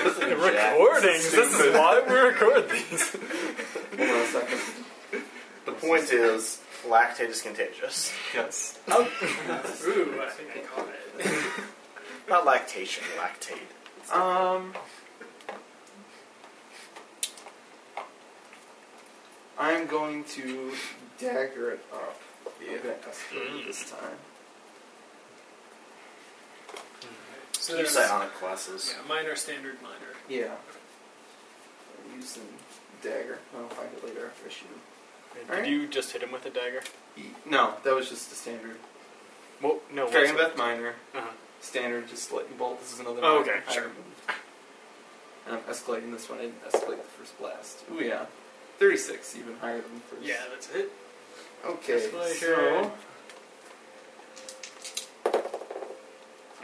recordings. This is why we record these. Hold on a second. The point is, lactate is contagious. Yes. Ooh, I think I caught it. Not lactation, lactate. Um, I'm going to dagger it up the event Mm. escalator this time. So Keep there's- psionic classes. Yeah, minor, standard, minor. Yeah. I'm Using dagger. I'll find it later after I shoot. him. Did Alright. you just hit him with a dagger? E- No, that was just the standard. Well, no. what's Dragon it? Breath minor. Uh-huh. Standard, just lightning bolt. This is another. Oh, minor. okay, I sure. removed. And I'm escalating this one. I didn't escalate the first blast. Ooh yeah, thirty-six, even higher than the first. Yeah, that's it. Okay, Escalator. so...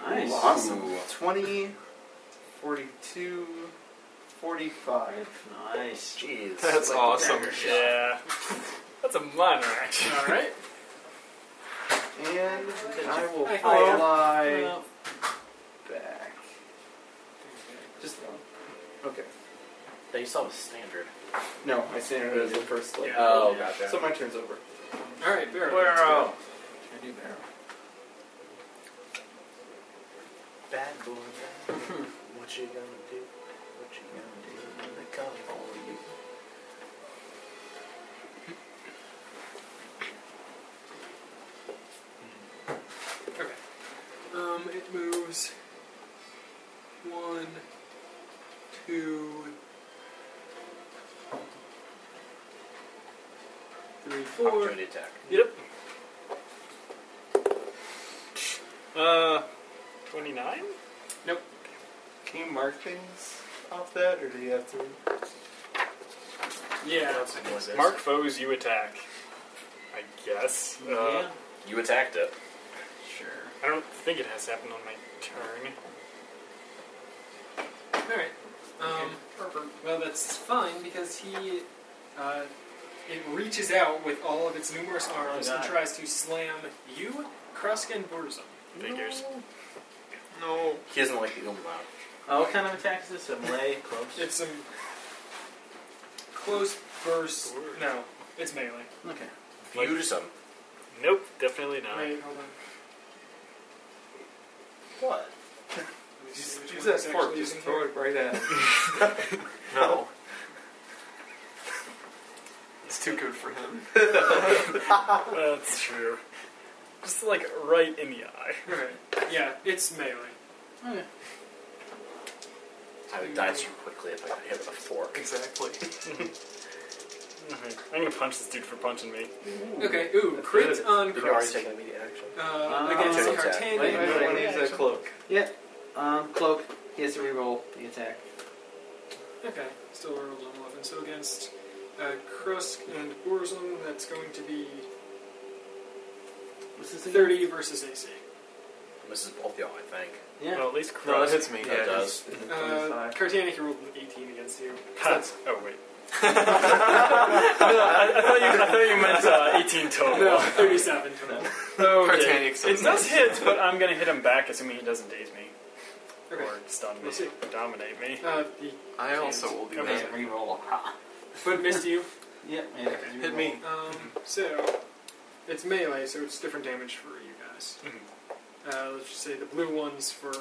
Nice. Awesome. 20, 42, 45. Nice. Jeez. That's Like awesome. dagger shot. Yeah. That's a minor action. All right. And I will Hi, hello. fly Well, back. Just one. Okay. That you saw was standard. No, I standard as the first one. Yeah. Oh, Yeah. gotcha. So my turn's over. all right, Barrow. let's go. Where I do barrel. Bad boy, bad boy. What you gonna do? What you gonna do when they come for you? Okay. Um, it moves one, two, three, four. Opportunity attack. Yep. Uh, twenty-nine. Can you mark things off that, or do you have to? Yeah. That's what it is. Mark foes, you attack. I guess. Uh, Yeah. You attacked it. Sure. I don't think it has happened on my turn. All right. Um, well, that's fine because he uh, it reaches out with all of its numerous Oh arms and God. tries to slam you, Krusk, and Burzum. Figures. No. He doesn't like the umlaut. Oh, what kind of attack is this? A melee, close. It's some close burst. Burst. No, it's melee. okay. Like- Viewed some. Nope, definitely not. Wait, hold on. What? Let me see Just which use one that it's fork. actually Just using throw here. it right at. him. No. it's too good for him. Uh, That's true. Just like right in the eye. Alright. Yeah, it's melee. Okay. I would die too quickly if I got hit with a fork. Exactly. Mm-hmm. Alright, I'm gonna punch this dude for punching me. Okay, ooh, That's crit good. on Did you already Krusk. take an immediate action? Uh, Ah. against Attack. Wait, wait, Cartanian. wait, Right, use that action. cloak. Yeah. Um, cloak. He has to reroll the attack. Okay, still rolled on 11. So against uh, Krusk and Burzum, that's going to be What's this? again? 30 versus AC. Misses both y'all, I think. Yeah. Well, at least No, Krusk. that hits me. That yeah, it does. hits- it hits Uh, 25. Cartanian, he rolled an 18 against you. Cuts. Oh wait. no, I, I thought you. I thought you meant uh, 18 total. No, 37 total. Okay. Titanic It does hit, but I'm gonna hit him back, assuming he doesn't daze me Okay. or stun me, We'll see. or dominate me. Uh, the, I also will do Okay. that. And reroll. but missed you. Yeah. yeah you Hit reroll. me. Um, so, it's melee, so it's different damage for you guys. Mhm. Uh, let's just say the blue one's for uh,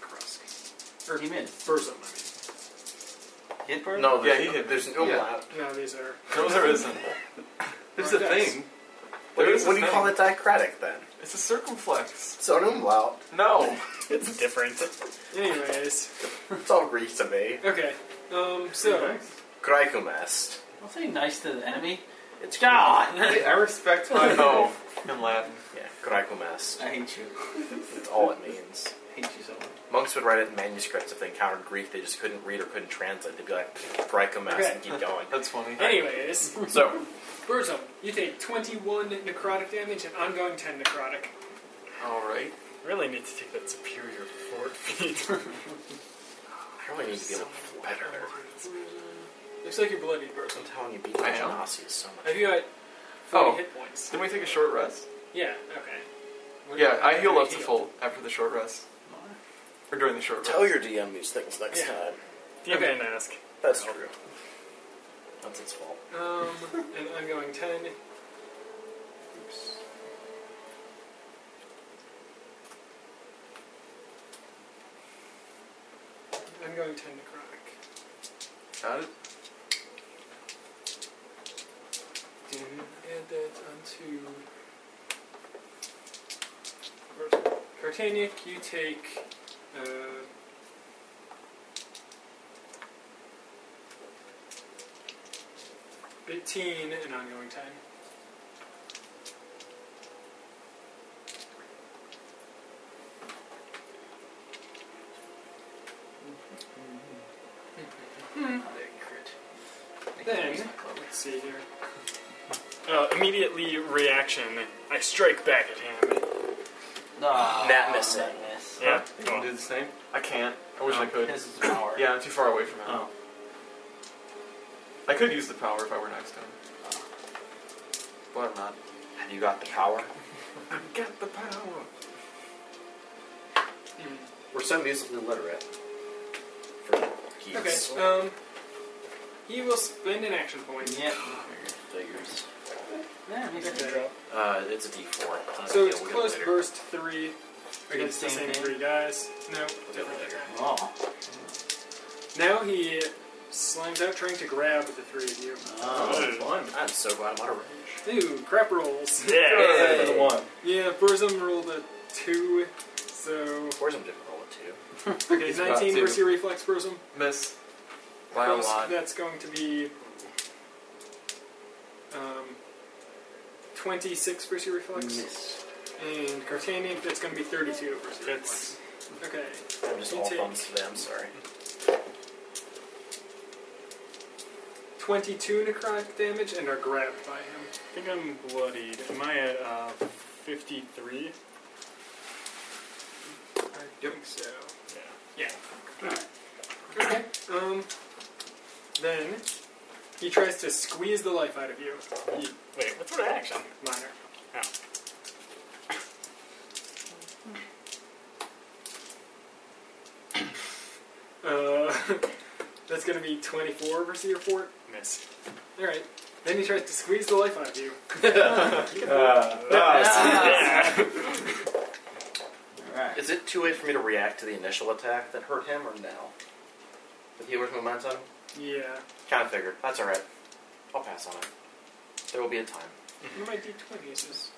Krusk. Or He missed. Burzum, I Hit Oh, first. No, Yeah, there's, he no, hit. there's an Yeah. umlaut. mean. No, these are. No, there isn't. There's a Yes. thing. What, do There you, is a what do you thing. call it diacratic then? It's a circumflex. It's an umlaut. No. It's different. Anyways, It's all Greek to me. okay. Um, so, Graecumest. I'll say nice to the enemy. It's God. I respect my No. in Latin. Yeah, Graecumest. I hate you. That's all it means. I hate you so much. Monks would write it in manuscripts if they encountered Greek they just couldn't read or couldn't translate. They'd be like, Graecumest and keep going. That's funny. anyways, So, Burzum, you take 21 necrotic damage and ongoing 10 necrotic. All right. Really need to take that superior fort feat. I really need to be able to fly better. Looks like you're bloodied, Burzum. I'm telling you, beating I am? Genasi is so much Have you got 40 Oh. hit points? Didn't we take a short rest? Yeah, okay. What- Yeah, I heal you up to full after the short rest, or during the short rest. Tell your DM these things next Yeah. time. You Okay. didn't ask. That's Well. true. That's its fault. Um, and I'm going 10. Oops. I'm going 10 necrotic. Got it. Do add that onto. Cart- Cartanic, you take. Uh, Eighteen and ongoing time. Then- Let's see here. Uh, immediately reaction. I strike back at him. Nah, Nat miss it. miss. Yeah. Oh, You Go can do on. the same. I can't. I wish I could. His is power. Yeah, I'm too far away from him. Oh. I could use the power if I were next to him. But I'm not. Have you got the power? I've got the power. Hmm. We're so musically literate. For Okay. geeks. Um, he will spend an action point. Yep. Figures. Yeah, he's Okay. good. Uh, it's a D4. It's So not a it's deal, we close get it later. burst three against the same same thing? three guys. No, We'll get different. it later. Oh. different. Now he slams out trying to grab the three of you. Oh. fun. I'm so glad I'm out of range. Ooh, crap rolls. Yeah. For the one. yeah, Burzum rolled a two. So Where's him didn't roll a okay, He's about nineteen to. versus your reflex, Burzum. Miss by a Plus, lot. That's going to be um, twenty-six versus your reflex, Mm. Miss. and Cartanian. That's going to be thirty-two versus your reflex. It's Okay. two. I'm just You all take- thumbs today, I'm sorry. 22 necrotic damage and are grabbed by him. I think I'm bloodied. Am I at uh, 53? I think so. Yeah. Yeah. Okay. Um. Then he tries to squeeze the life out of you. Ye- Wait, what's my action? Minor. Oh. Uh, that's gonna be 24 versus your fort. Miss. All right. Then he tries to squeeze the life out of you. Ah. Yeah. Alright. Is it too late for me to react to the initial attack that hurt him or now? With healer's momentum? Yeah. Kind of figured. That's alright. I'll pass on it. There will be a time. Where my d20 is?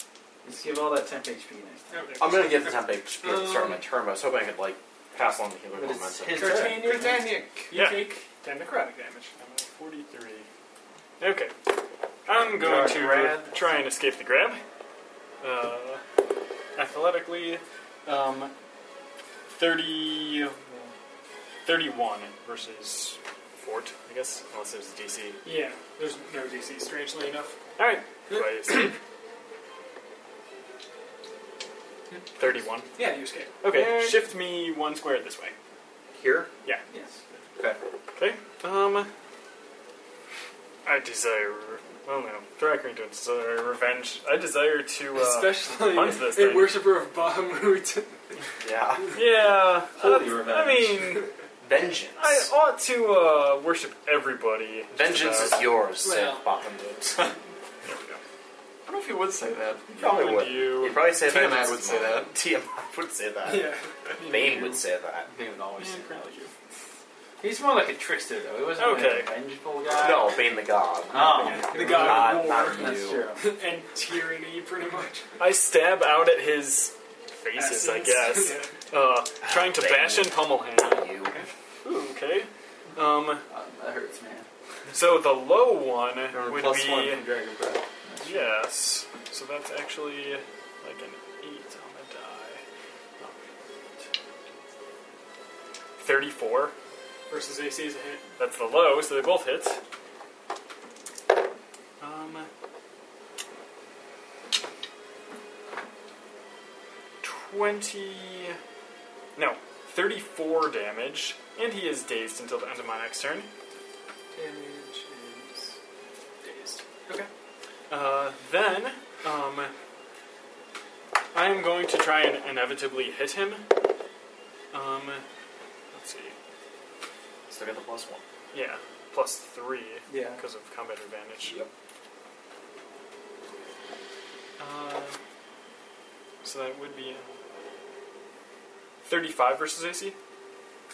Let's give all that temp HP next Oh, there. I'm gonna give the temp HP at the start of my Um. turn, but I was hoping I could, like, pass on the healer But it's momentum. his- Cartanian, you Yeah. take 10 necrotic damage. I'm at 43. Okay. I'm going to Grab. try and escape the grab. Uh, athletically, um, 30, 31 versus Fort, I guess, unless there's a DC. Yeah, there's no DC, strangely enough. Alright. Do I escape? 31. Yeah, you escape. Okay, Yay. shift me one square this way. Here? Yes. Okay. Um. I desire. Well, no. Dracoon don't desire revenge. I desire to. Uh, Especially punch this a thing. worshiper of Bahamut. Yeah. yeah. Holy I, revenge. I mean, Vengeance. I ought to uh, worship everybody. just Vengeance is about. yours, said Well. Bachman Dukes. There we go. I don't know if he would say that. Probably And would. you- He'd probably say TMI vengeance would is say mine. that. TMI would say that. yeah. Bane would say that. They would always say that. He's more like a trickster though. He wasn't Okay. really a vengeful guy. No, Bane the god. Oh. The god of Not- war. not That's you. true. and tyranny, pretty much. I stab out at his faces, I Essence. guess. Yeah. Uh, trying to bash and pummel him. Not you. Ooh, okay. Um. Uh, that hurts, man. So the low one Remember, would plus be. one from Dragon Breath. Yes. So that's actually like an 8 on the die. 34. Versus AC is a hit. That's the low, so they both hit. Um. 20. No, 34 damage, and he is dazed until the end of my next turn. Damage is dazed. Okay. Uh, then, um, I am going to try and inevitably hit him. Um, let's see. Still got the plus one. Yeah, plus three Yeah. because of combat advantage. Yep. Uh, so that would be 35 versus AC?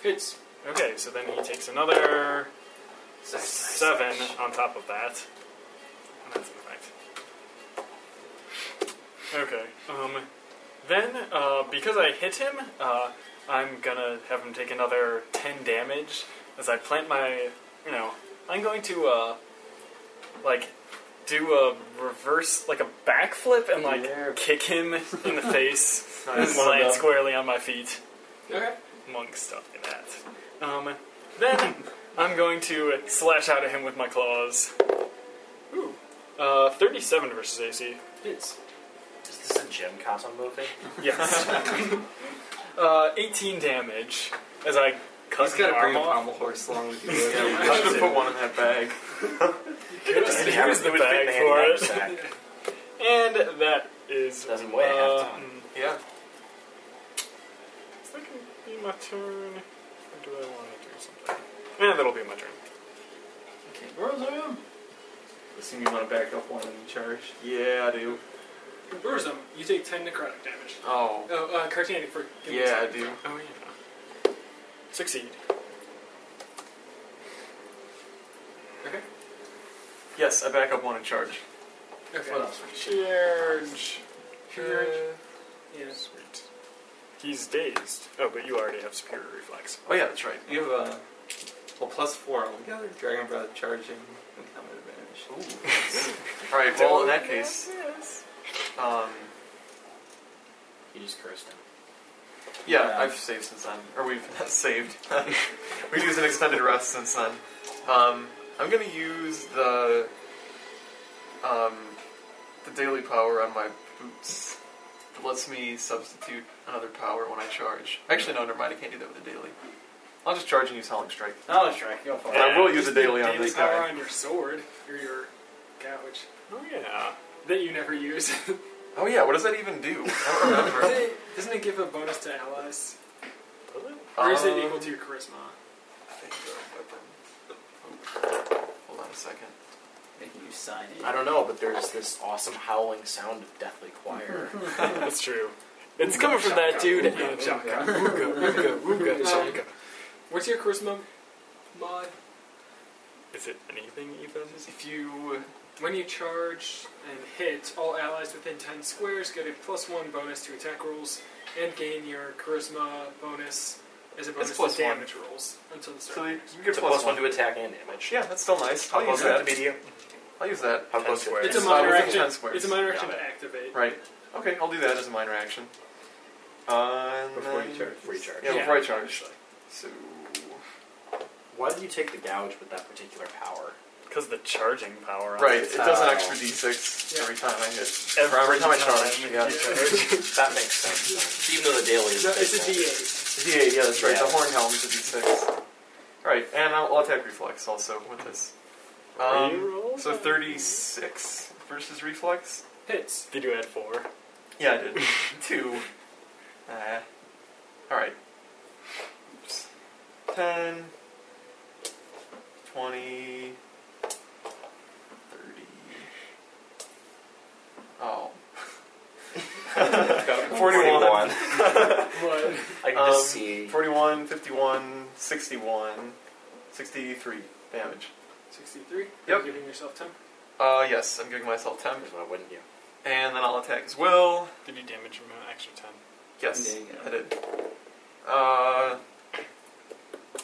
Hits. Okay, so then he takes another 7 on top of that. And that's an effect. Okay, um, then uh, because I hit him, uh, I'm gonna have him take another 10 damage as I plant my, you know, I'm going to, uh, like, do a reverse, like a backflip and, like, Yeah. kick him in the face and Nice. land squarely on my feet. Okay. Monk stuff in that. Um, then I'm going to slash out at him with my claws. Ooh. Uh, 37 versus AC. Hits. Is this a gym cotton movie? Yes. uh, 18 damage as I cut He's his got to arm bring a off. pommel horse along with you. we have to put one in that bag. Here's, here's the bag for it. And that is. Doesn't weigh half uh, ton. mm, Yeah. Is that going to be my turn? Or do I want to do something? Yeah, that'll be my turn. Where's him? Assume you want to back up one and charge. Yeah, I do. Where's him? You take 10 necrotic damage. Oh. Oh, uh, Cartanic for. give me a Yeah, I second. do. Oh, yeah. Succeed. Okay. Yes, I back up one and charge. Okay. Uh, What else? Charge. Charge. Yeah. Sweet. He's dazed. Oh, but you already have superior reflex. Oh yeah, that's right. You have a well plus four on the other dragon breath charging and combat advantage. All right. Well, in that case, um, You just cursed him. yeah, Yeah. I've saved since then, or we've not saved. we used an extended rest since then. Um, I'm gonna use the um, the daily power on my boots. It lets me substitute another power when I charge. Actually, no, never mind. I can't do that with the daily. I'll just charge and use Howling Strike. Oh, strike. Go for But it. I will use a daily on Daily this power guy. on your sword or your gouge Oh, yeah. that you never use. Oh yeah, what does that even do? I don't remember. Doesn't it- doesn't it give a bonus to allies? Or is it equal to your charisma? Um, I think they're a weapon. Hold on a second. Making you sign it. I don't know, but there's this awesome howling sound of deathly choir. That's true. It's coming from that dude. and- Um, what's your charisma mod? Is it anything, e- Ethan? If you When you charge and hit, all allies within 10 squares get a plus 1 bonus to attack rolls and gain your charisma bonus as a bonus plus to one. damage rolls until the start. so of you your next- you it's get a plus, plus plus one. one to attack and damage. Yeah, that's still nice. I'll How close does use it have that. to be to you? I'll use that. How close squares. to It's a Five minor within action. ten squares. It's a minor Got action it. to activate. Right. Okay, I'll do that as a minor action. Uh, Before you nine- charge. Free charge. Yeah, Yeah. before I charge. So Why did you take the gouge with that particular power? Because the charging power. On right, it. it does an Oh. extra d6 Yeah. every time I hit. Every Every time I time charge. you Yeah. that makes sense. Even though the daily is. No, it's a D8. D8, yeah, that's right. The Yeah. horn helm is a d6. Right, and I'll, I'll attack reflex also with this. Reroll Um, so that. 36 versus reflex. Hits. Did you add four? Yeah, I did. Two. Uh, Alright. Oops. 10, 20, 30. Oh. 41, One. I can Um, just see. 41, 51, 61, 63 damage. 63. Yep. You're giving yourself 10. Uh, yes, I'm giving myself temp. Why wouldn't you? And then I'll attack as well. Did you damage him an extra ten? Yes, There you go. I did. Uh,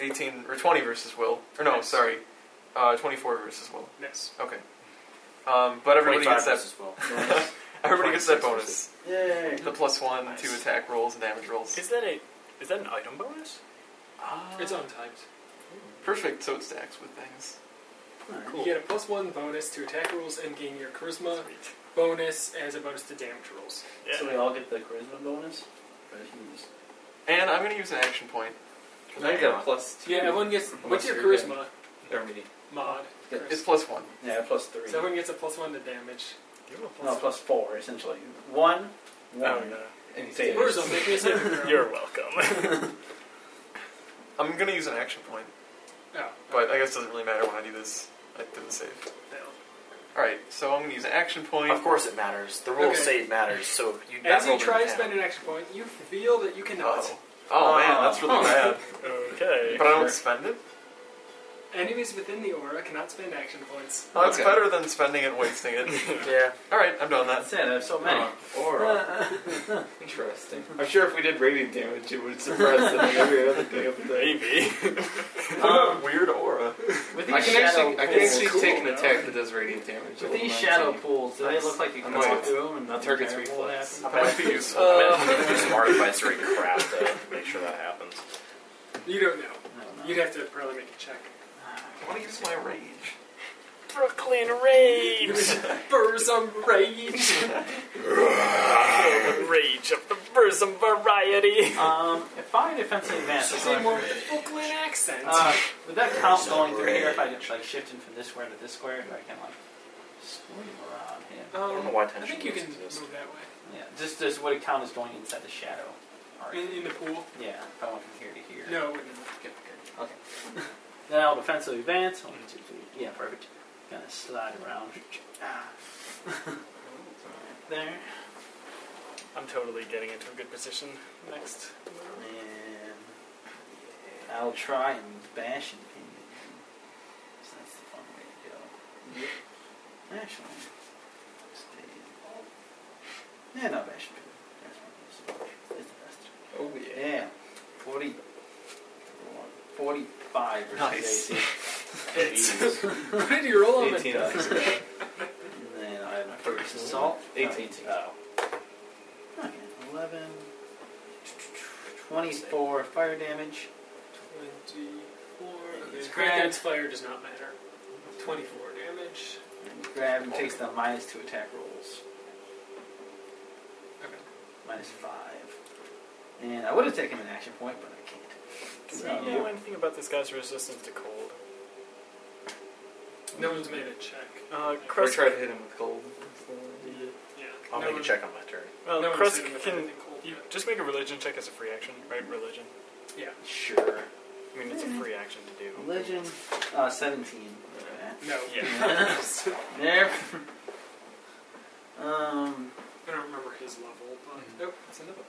18 or 20 versus Will. Or no, Nice. sorry. Uh, 24 versus Will. Nice. Okay. Um, but everybody gets that. as well. Everybody gets that 26 bonus. versus- Yay. The plus one Nice. to attack rolls and damage rolls. Ah, Is that a? Is that an item bonus? It's untyped. Perfect. So it stacks with things. You get a plus one bonus to attack rolls and gain your Uh, charisma bonus as a bonus to damage rolls. So we all get the charisma bonus? Or if you just- And I'm gonna use an action point. And I get a plus two. Yeah, everyone gets. Unless What's your you're charisma Or maybe- mod? It's plus one. Yeah, plus three. So everyone gets a plus one to damage. Give him a No, plus. plus four, essentially. One, Oh, one, yeah. and Where's saves. the make me a saving throw. You're welcome. I'm gonna use an action point. Oh, But I guess it doesn't really matter when I do this. I did the save. no. Alright, so I'm gonna use an action point. Of course it matters. The rule Okay. of save matters, so you that As you roll try to didn't spend count. an action point, you feel that you cannot. Oh. Oh, man, that's really bad. Okay. But I don't spend it? Enemies within the aura cannot spend action points. Oh, that's Okay. better than spending it and wasting it. Yeah. Alright, I'm doing that. That's it. I have so many. Oh, Aura. Interesting. I'm sure if we did radiant damage, it would suppress it like every other thing of the day. Maybe. Um, Weird aura. with these I can shadow actually, I can pools, actually Cool. take an attack that does radiant damage. with Level these 19. shadow pools, do they look like you can Nice. walk through them and nothing Target's terrible will reflex. happen? That might be useful. I'm gonna do some art advisory crap to make sure that happens. You don't know. I don't know. You'd have to probably make a check. I want to use my rage. Brooklyn raves. Burzum rage. Rage of the Burzum variety. Um, if I defensive advantage, Say more Um, with the Brooklyn accent. Ah. uh, would that count going through here if I just like shifting from this square to this square? Do I can like squirm around here? um, I don't know why I tension think you can exists. move that way. Yeah, just just would it count as going inside the shadow? Alright. Mm. In, in the pool? Yeah, if I went from here to here. No, it wouldn't. Okay. then I'll defensive advance. One, two, three. Yeah, perfect. Gonna slide around. Ah. there. I'm totally getting into a good position next. And I'll try and bash and pin it. So that's the fun way to go. Actually, stay. Yeah, no bash and pin. That's my best. It's the best. Oh yeah. Yeah, 40, 45 versus 18. Nice. Hits. what did you roll on the 18 die? And then I have my first assault. 18. Oh. Okay, 11, 24 fire damage. 24. It's Okay. grand. Granddad's fire does not matter. 24 damage. And you grab and takes the minus two attack rolls. Okay. Minus five. And I would have taken an action point, but I can't. Do So- we know anything about this guy's resistance to cold? No one's made a check. Uh, Or Krusk, try to hit him with gold. Yeah. I'll no make a one- check on my turn. well, no one's Krusk hit him with can. anything cold You yet. just make a religion check as a free action, right? Religion. Sure. I mean, it's a free action to do. Religion, uh, 17. No. Yeah. There. um, I don't remember his level, but nope, it's in the book.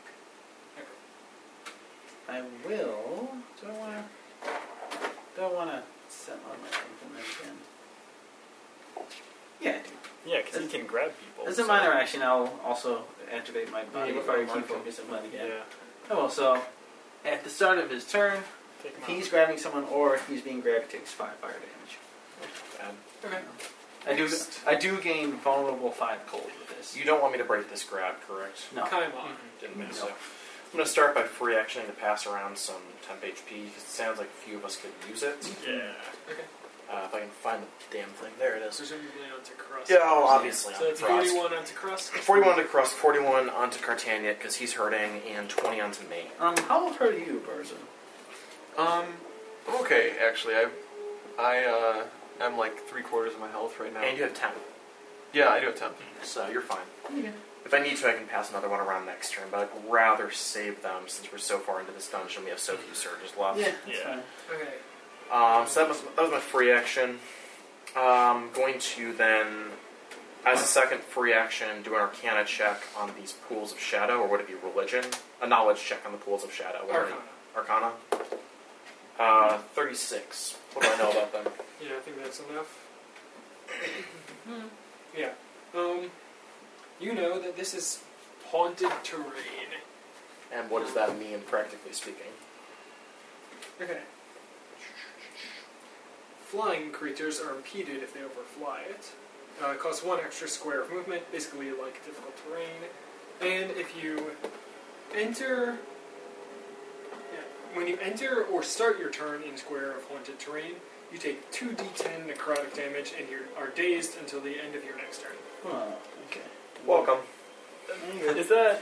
I will. Do I want to? Do I want to set on my implement again? Yeah, I do. Yeah, because he can grab people. As a so- minor action, I'll also activate my body Yeah, you fire got key mark him. focus and blend Yeah. again. Oh well, so at the start of his turn, Take if him out. he's grabbing someone or if he's being grabbed, he takes five fire damage. Bad. Okay. I do. I do gain vulnerable five cold with this. You don't want me to break this grab, correct? No. Kaimon. Didn't miss. So. No. I'm going to start by free actioning to pass around some temp HP because it sounds like a few of us could use it. Yeah. Uh, if I can find the damn thing, there it is. Presumably onto Crust. Yeah, oh, obviously. So on that's Frost. 41 onto Crust. 41 to Crust, 41 onto Cartania because he's hurting, and 20 onto me. Um, how old are you, Barza? Um, I'm okay, actually. I, I, uh, I'm like three quarters of my health right now. And you have 10, yeah, I do have Uh, temp. so you're fine. Okay. If I need to, I can pass another one around next turn, but I'd rather save them since we're so far into this dungeon. We have so few surges left. Yeah. That's Yeah. Fine. Okay. Um, so that was, that was my free action. Um, going to then, as a second free action, do an Arcana check on these pools of shadow, or would it be religion? A knowledge check on the pools of shadow. What are they? Arcana. Arcana. Uh, 36. What do I know about them? Yeah, I think that's enough. yeah. Um, you know that this is haunted terrain. And what does that mean, practically speaking? Okay. Flying creatures are impeded if they overfly it. Uh, it costs one extra square of movement, basically like difficult terrain. And if you enter, yeah, when you enter or start your turn in square of haunted terrain, you take two d10 necrotic damage and you are dazed until the end of your next turn. Oh, okay. Welcome. Is that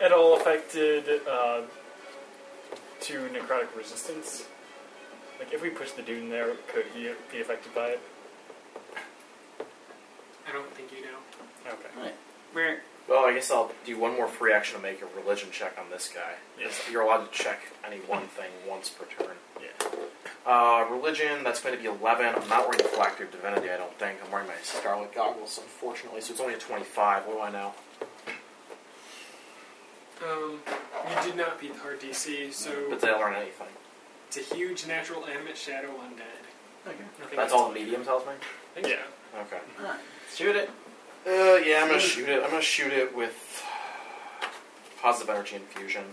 at all affected uh, to necrotic resistance? Like, if we push the dude in there, could he be affected by it? I don't think you know. Okay. All right. We're Well, I guess I'll do one more free action to make a religion check on this guy. Yes. You're allowed to check any one thing once per turn. Yeah. Uh, religion, that's going to be 11. I'm not wearing the Phylactery of Divinity, I don't think. I'm wearing my Scarlet Goggles, unfortunately, so it's only a 25. What do I know? Um, you did not beat the hard DC, so But did I learn anything? it's a huge natural animate shadow undead. Okay. I think That's all the medium tells me? I think so. Yeah. Okay. Alright. Shoot it. Uh, yeah, I'm gonna shoot it. I'm gonna shoot it with positive energy infusion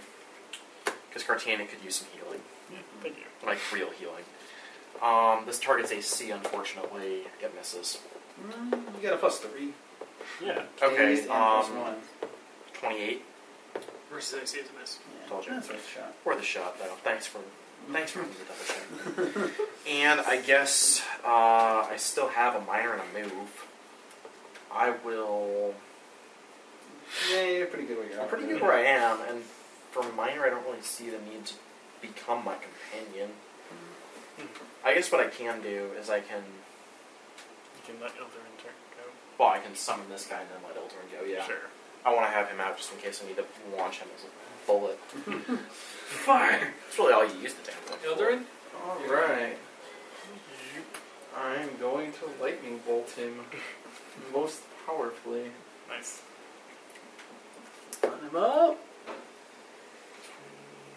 because Cartana could use some healing, Thank you. like real healing. Um, this target's AC, unfortunately, it misses. Mm, you got a plus three. Yeah. Okay, And plus um, one. 28. Versus AC is a miss. Yeah. told you. That's worth a shot. Worth a shot, though. Thanks for thanks for the double check. and I guess uh, I still have a minor and a move. I will. Yeah, you're pretty good where you're I'm at. pretty good where I am, and for minor, I don't really see the need to become my companion. I guess what I can do is I can, You can let Elder Intern go. well, I can summon this guy and then let Eldrin go. Yeah, Sure. I want to have him out just in case I need to launch him as a bullet. Fire! That's really all you use the damn thing. for. Eldarin? Alright. I'm going to lightning bolt him most powerfully. Nice. Button him up.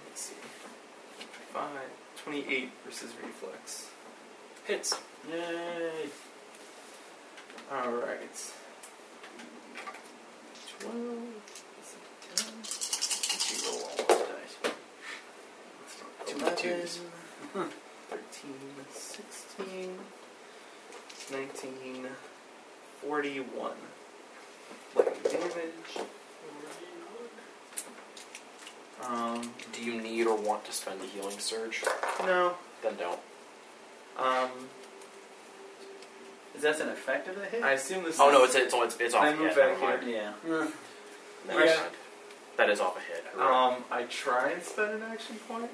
Let's see. Five, 28 versus reflex. Hits. Yay! Alright. 12. is it 10? Did you roll all those dice? Two by twos. 13, 16, 19, 41. Like damage. Um, Do you need or want to spend a healing surge? no. Then don't. Um, Is that an effect of the hit? I assume this Oh is. no, it's it's, it's, it's off. I yeah, move never back mind. yeah. Never Yeah. mind. That is off a hit. Um, I try and spend an action point.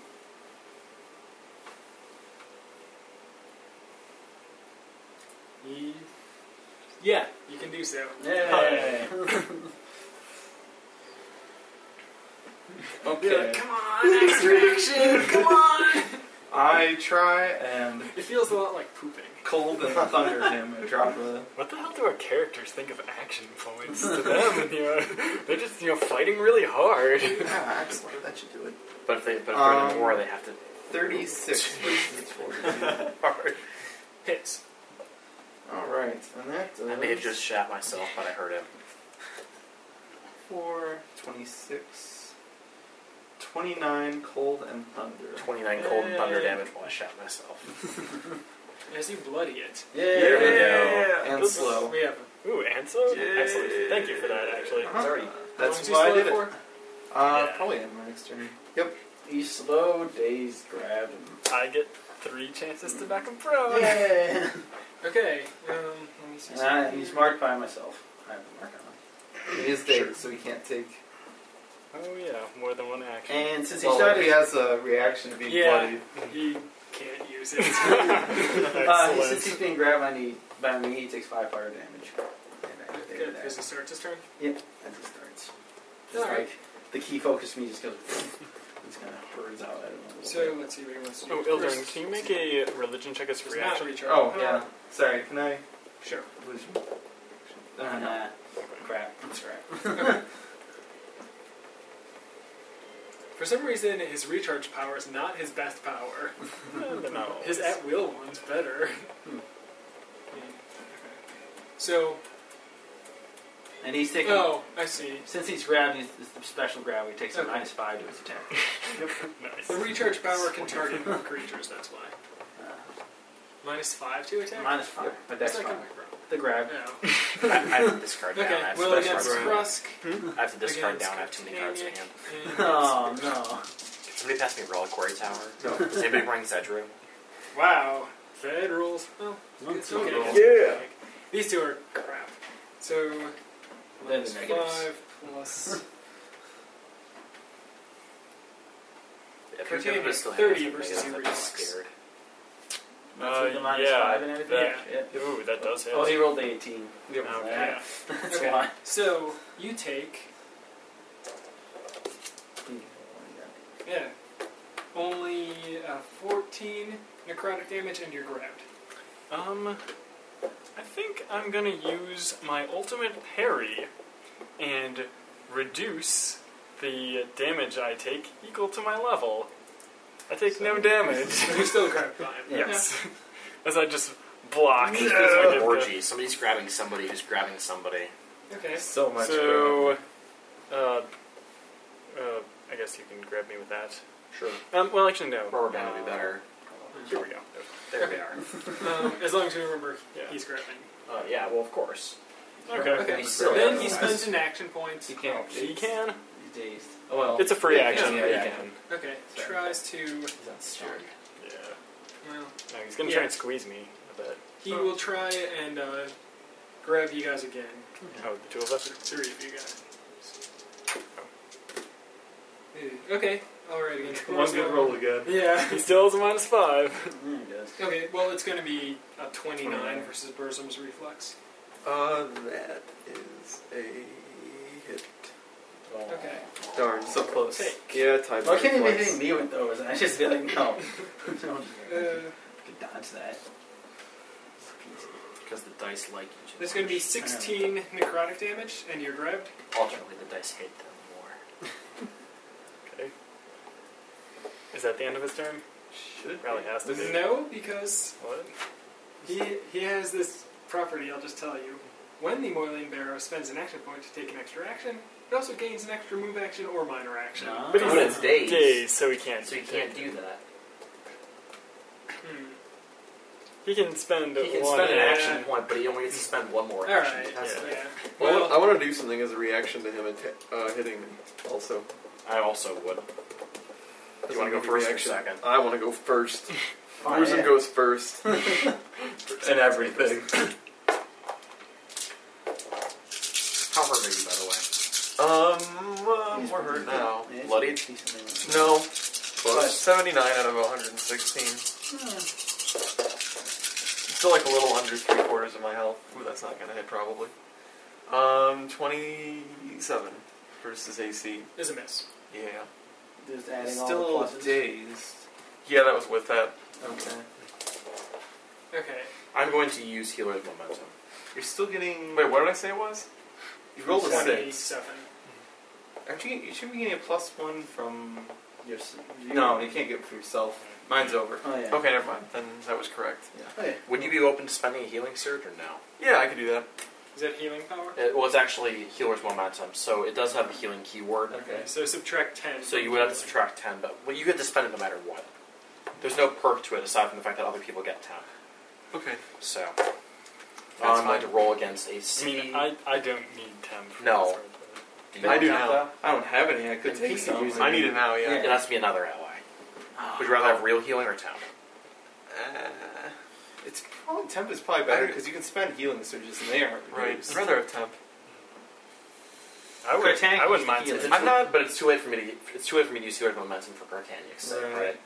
Ye- Yeah, you can do so. Yeah. Okay. Come on, extraction! Come on! I try and It feels a lot like pooping. cold and thunder him and drop a. What the hell do our characters think of action points to them? You know, they're just you know fighting really hard. Ah, excellent. That should do it. But if they but if they're in Um, war, they have to. 36 versus 42. Hits. Alright, and that does I may have just shot myself, but I heard him. 4, 26, 29 cold and thunder. 29 cold and thunder Yay. damage while I shot myself. As you bloody it. Yeah. And slow. We have Ooh, Ansel. Yay. Excellent. Thank you for that. Actually. Uh-huh. already- That's how why I long is did he it. slow Uh, for? Yeah. Probably in my next turn. You slow, dazed, grabbed, and. I get three chances to knock him prone. Oh, Yeah. Okay, um, let me see. And I, Ah, he's marked by myself. I have the mark on him. It is date, so he can't take. Oh yeah, more than one action. And since he Well, if started, he has a reaction to being Yeah. bloody. He can't use it. uh, he- Excellent. since he's being grabbed by me, by me, he takes five fire damage. And I- Good, there, because there. it starts his turn. Yep, as he starts. Just Alright. like the key focus me just goes. It's kind of birds out at him a little So bit. let's see what he wants to do. Oh, Eldrin, First, can you make a religion check as a it's not reaction? recharge. Oh, yeah. Sorry, can I. Sure. Lose Nah, uh, no. crap. That's right. For some reason, his recharge power is not his best power. Eh, they're not all. His at will one's better. Hmm. So, And he's taking. oh, I see. Since he's grabbed, he's, it's the special grab. He takes a Okay. minus five to his attack. Uh, nice. The recharge power can target more creatures, that's why. Uh, Minus five to attack? minus five, but that's It's like fine. a micro. The grab. No. I, I have to discard down. I Okay, have to well, discard against down. Krusk. I have to discard against down. I have too many cards in Titanic, hand. and- Oh no. Can somebody pass me Reliquary Tower? No. Is anybody wearing Zedru? Wow. Fed rules. Well, it's okay. rules. Yeah. These two are crap. So, Then Plus the negatives. Five plus If you're gonna Titanic, still have 30 something versus made up, your I'm risks. scared. That's with Uh, the minus yeah, five and everything? that- yeah. Ooh, that does hit. Oh, he rolled the 18. Yep. Okay. Yeah. That's Okay. why. So you take yeah only uh, 14 necrotic damage and you're grabbed. Um, I think I'm gonna use my ultimate parry and reduce the damage I take equal to my level. I take no damage. But you're still grabbed by him. yes. As I just block. It's an orgy. Somebody's grabbing somebody who's grabbing somebody. Yeah. Okay. So much. So, uh, uh, I guess you can grab me with that. Sure. Um, well, actually, no. Rubber band would be Uh, better. Here we go. There we we are. Um, as long as you remember, Yeah. he's grabbing. Uh, yeah, well, of course. Okay. Okay. He's So still- Then he spends an action point. You can't. He can. He's dazed. Oh, well. It's a free Yeah, action. yeah, yeah. he can. Okay. Sorry. Tries to. Sure. Yeah. Well, No, he's gonna Yeah. try and squeeze me. I bet. he will try and uh, grab you guys again. Oh, the two of us. Three of you guys. Oh. Ooh, Okay. All right. Again. So- again. Yeah. He still has a minus five. Mm, I guess. Okay, well, it's going to be a 29, 29. versus Burzum's reflex. Uh, that is a hit. Okay. Darn, so close. Take. Yeah, tied Why by can't he be twice. hitting me with those? And I just be like, no. no. Uh, could dodge that. Because the dice like each other. that's going to be 16 necrotic damage, and you're grabbed. Ultimately, the dice hate them more. Okay. Is that the end of his turn? Should Probably has to be. No, because What? he, he has this property, I'll just tell you. When the Moylan Barrow spends an action point to take an extra action, it also gains an extra move action or minor action. No. But he's But it's days. Days, so he can't. So you can't do that. Hmm. He can spend He can one spend an yeah. action point, but he only gets to spend one more All action. right. That's yeah. it. Yeah. Well, Well, I want to do something as a reaction to him atta- uh, hitting me. Also, I also would. That's wanna gonna go be first or reaction. second? I want to go first. Oh, Bruzen yeah. goes first, Um, and everything. How hurt are you, by the way? Um, um, we're hurt now. Yeah, it's Bloodied? decently- No, but Plus, 79 out of 116. Still like a little under three quarters of my health. Ooh, that's not gonna hit probably. Um, 27 versus AC. is a miss. Yeah, Just adding all still the pluses. dazed. yeah, that was with that. Okay. Okay. I'm going to use healer's momentum. You're still getting. Wait, what did I say it was? you rolled a six. 27. Aren't you? You should be getting a plus one from. You're, s- you No, you can't get it for yourself. Mine's over. Oh, yeah. Okay, never mind. Then that was correct. Oh, yeah. Would you be open to spending a healing surge or no? Yeah, I could do that. Is that healing power? It, well, it's actually healer's momentum, so it does have a healing keyword. Okay. So subtract 10. So you would have to subtract 10, but well, you get to spend it no matter what. There's no perk to it aside from the fact that other people get 10. Okay. So That's I'm going to fine. roll against a I C. mean, I, I don't need temp. for No. this right there. you I do have now. that? I don't have any. I could Then take he can some. use it. I need it now. Yeah. It has to be another ally. Would you rather have real healing or temp? Uh, It's probably temp is probably better because you can spend healing surges and they aren't right. reduced. I'd rather have temp. I, would, Cortana I is wouldn't the mind healer. temp. I'm not, but it's too late for me to. It's too late for me to use healer's momentum for Gartania's sake, Right. right?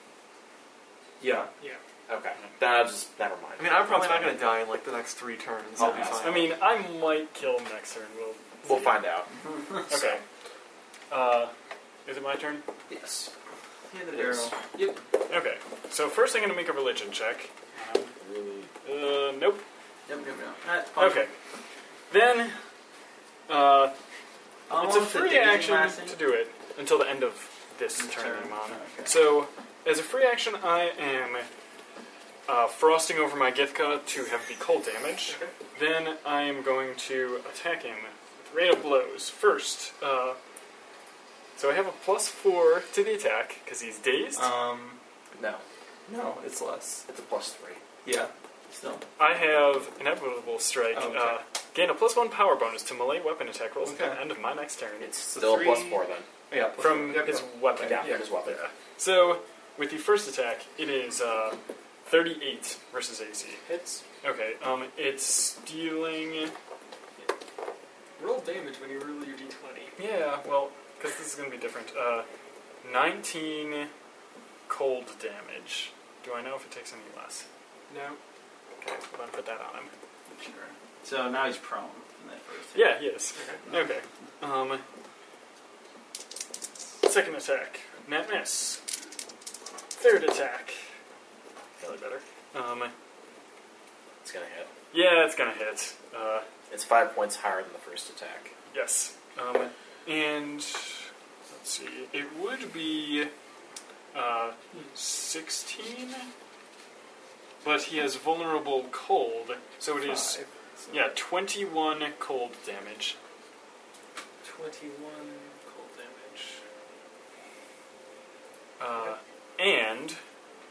Yeah. Yeah. Okay, then I'll just never mind. I mean, I'm probably not gonna die in like the next three turns. I'll be I'll fine. pass. I mean, I might kill him next turn. We'll, We'll find out. Okay. Uh, is it my turn? Yes. Hit the barrel. Okay. So first I'm going to make a religion check. Um, Uh, nope. Yep, yep, yep. Um, Alright, fine. Uh, Okay. Then, uh, I'm it's a on to free division action last to thing. do it until the end of this turn, Turn. I'm on. Okay. So, as a free action, I am uh, frosting over my Githka to have the cold damage. Okay. Then I am going to attack him with Rate Blows. First, uh, so I have a plus four to the attack because he's dazed. Um. No, No, it's less. it's a plus three. Yeah. Still. I have inevitable strike. Oh, okay. uh, gain a plus one power bonus to melee weapon attack rolls until Okay. the end of my next turn. It's So still a plus three- four then. Yeah. plus from one. his weapon. Yeah, yeah. as well. Yeah. So with the first attack, it is uh, 38 versus AC. Hits. Okay. Um, it's stealing. Roll damage when you roll your d20. Yeah. Well, because this is gonna be different. Uh, 19 cold damage. Do I know if it takes any less? No. Okay, I'm gonna put that on him. Sure. So now he's prone from that first hit. Yeah, he is. Okay. Um, second attack, net miss. Third attack, probably better. Um, It's gonna hit. yeah, it's gonna hit. Uh, It's five points higher than the first attack. Yes. Um, and let's see, it would be uh, 16, but he has vulnerable cold, so it is Five, so- yeah 21 cold damage. 21 cold damage. Uh, and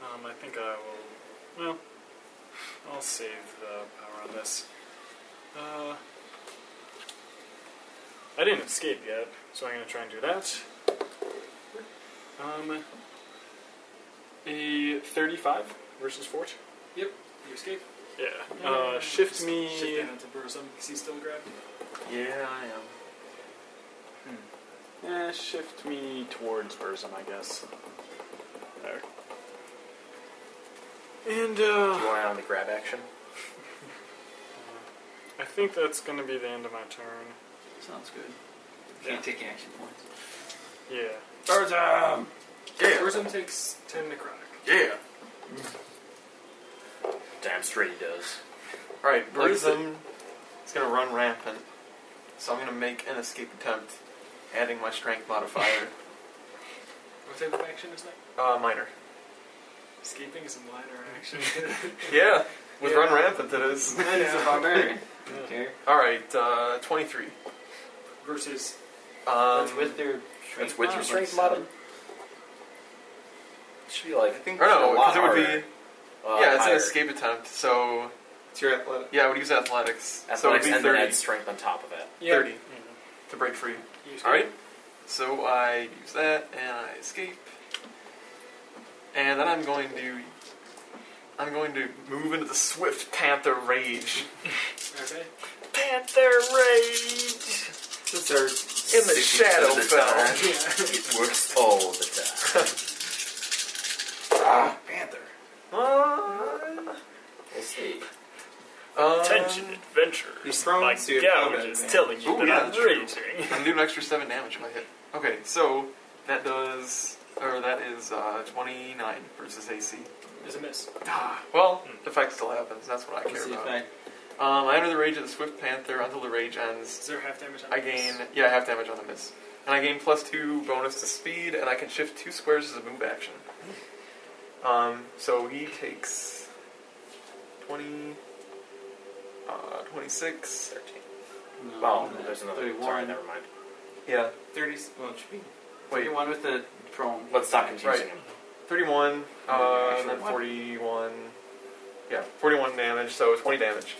um, I think I will. Well, I'll save the power on this. Uh, I didn't escape yet, so I'm going to try and do that. Um, a 35 versus fort. You escape. Yeah. Uh, shift me. Shift down to Burzum because he's still grabbed. Yeah, I am. Eh, shift me towards Burzum, I guess. There. And uh, Do you want it on the grab action? I think that's going to be the end of my turn. Sounds good. Yeah. Can't take action points. Yeah. Burzum! Burzum takes 10 necrotic. Yeah. Damn straight he does. All right, Like the- Burzum is gonna run rampant, so I'm gonna make an escape attempt, adding my strength modifier, What type of action is that? uh, minor. Escaping is a minor action. Yeah, with Yeah. run rampant it is. I He's a know. barbarian. Okay. All right, uh, 23. Versus Um, That's with their That's strength. with mod. your strength model. Should be like I or think no, a lot because it would be harder. Uh, yeah, it's higher. an escape attempt. So It's your athletic. yeah, I would use athletics. Athletics so it would be and then add 30, strength on top of it. Yeah. 30 to break free. You escape. All right. So I use that and I escape, and then I'm going to I'm going to move into the swift panther rage. Okay. Panther rage This is our in the 60% shadow of the fell. time. Yeah. It works all the time. Ah, Panther. We'll see. Uh, adventure. You're Um, thrown, so you have combat advantage. Ooh, yeah, that's true. raging. I do an extra seven damage if I hit. Okay, so that does or that is uh, 29 versus AC. Is a miss. Ah, well, Hmm. the effect still happens. That's what I care What's the about. effect? Um, I enter the rage of the Swift Panther until the rage ends. Is there half damage on I the miss? gain, yeah, half damage on the miss. And I gain plus two bonus to speed, and I can shift two squares as a move action. Um, so he takes 20, uh, 26. 13. No, Well, no, there's another. Sorry, 31. never mind. Yeah. 30. Well, it should be. Wait, 31 with the prone. Let's stop confusing Right. him. 31, uh, and then Actual one. 41. Yeah, 41 damage, so 20 damage.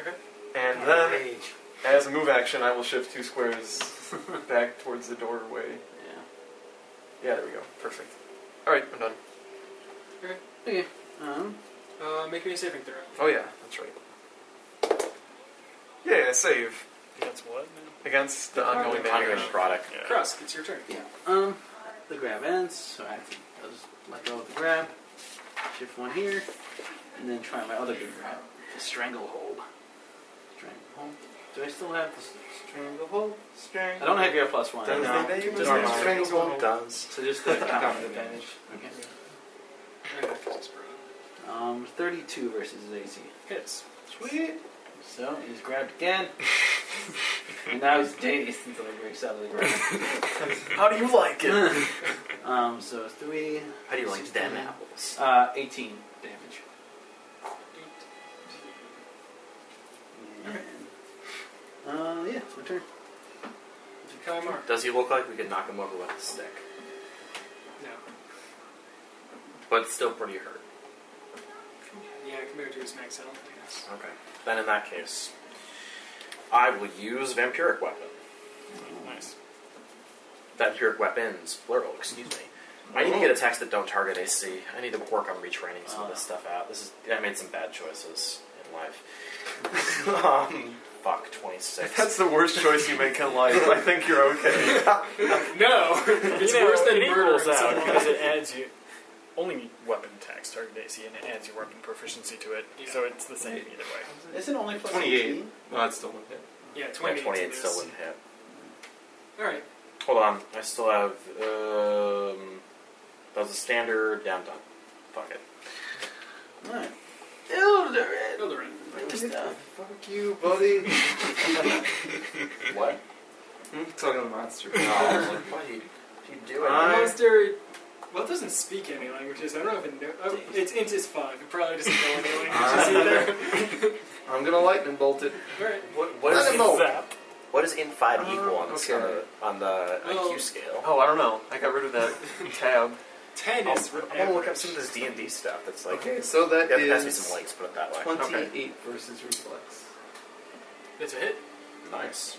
Okay. And then, as a move action, I will shift two squares back towards the doorway. Yeah. Yeah, there we go. Perfect. Alright, I'm done. Okay. Um, Uh, make me a saving throw. Oh yeah, that's right. Yeah, save That's what? against the ongoing Conquering damage. product. Yeah. Krusk, it's your turn. yeah. Um, the grab ends, so I have to I'll just let go of the grab, shift one here, and then try my other big grab, the stranglehold. Stranglehold. Do I still have the s- stranglehold? I don't have your plus one. Does no. that even Just matter? the Stranglehold stranglehold. does. So just the combat Combat advantage. Okay. Okay, this is brutal. Um, 32 versus AC. Hits. Sweet. So he's grabbed again, and now he's dazed until he breaks out of the ground. How do you like it? um, so three, How do you like them 16. apples? uh, 18 damage. And, uh, yeah, it's my turn. Calamar. Does he look like we could knock him over with a stick? No. But still pretty hurt. Yeah, compared to his max health, I guess. Okay. Then in that case, I will use vampiric weapon. Nice. Vampiric weapons, plural. Excuse me. I need to get attacks that don't target AC. I need to work on retraining some of this stuff out. This is I made some bad choices in life. um, fuck, twenty six. That's the worst choice you make Oh, in life. I think you're okay. No! it's you know, worse than it murder. equals out because it adds you. only weapon attacks target AC and it adds your weapon proficiency to it, Yeah. so it's the same either way. Isn't it only plus 28. 18? No, it's still one hit. Yeah, Yeah, 28. 28 is- still wouldn't hit. All right. Hold on, I still have. Um, that was a standard. Yeah, I'm done. Fuck it. Alright. Eldarin. Fuck you, buddy. What? I'm talking to the monster. Hmm? No, I was like, what are you, what are you doing? The I- monster. Well, it doesn't speak any languages. I don't know if it knows. Oh, it's int is five. It probably doesn't know any languages either. I'm gonna lightning bolt it. All right. What, what, Let is him in, know. Zap. what is in five Uh, equal on, this, on the okay. on the Well- IQ scale? Oh, I don't know. I got rid of that tab. Ten is. I'm gonna look up some of this D and D stuff. That's like Okay, so that yeah, pass me is some links. Put it that way. 28 versus reflex. That's a hit. Nice.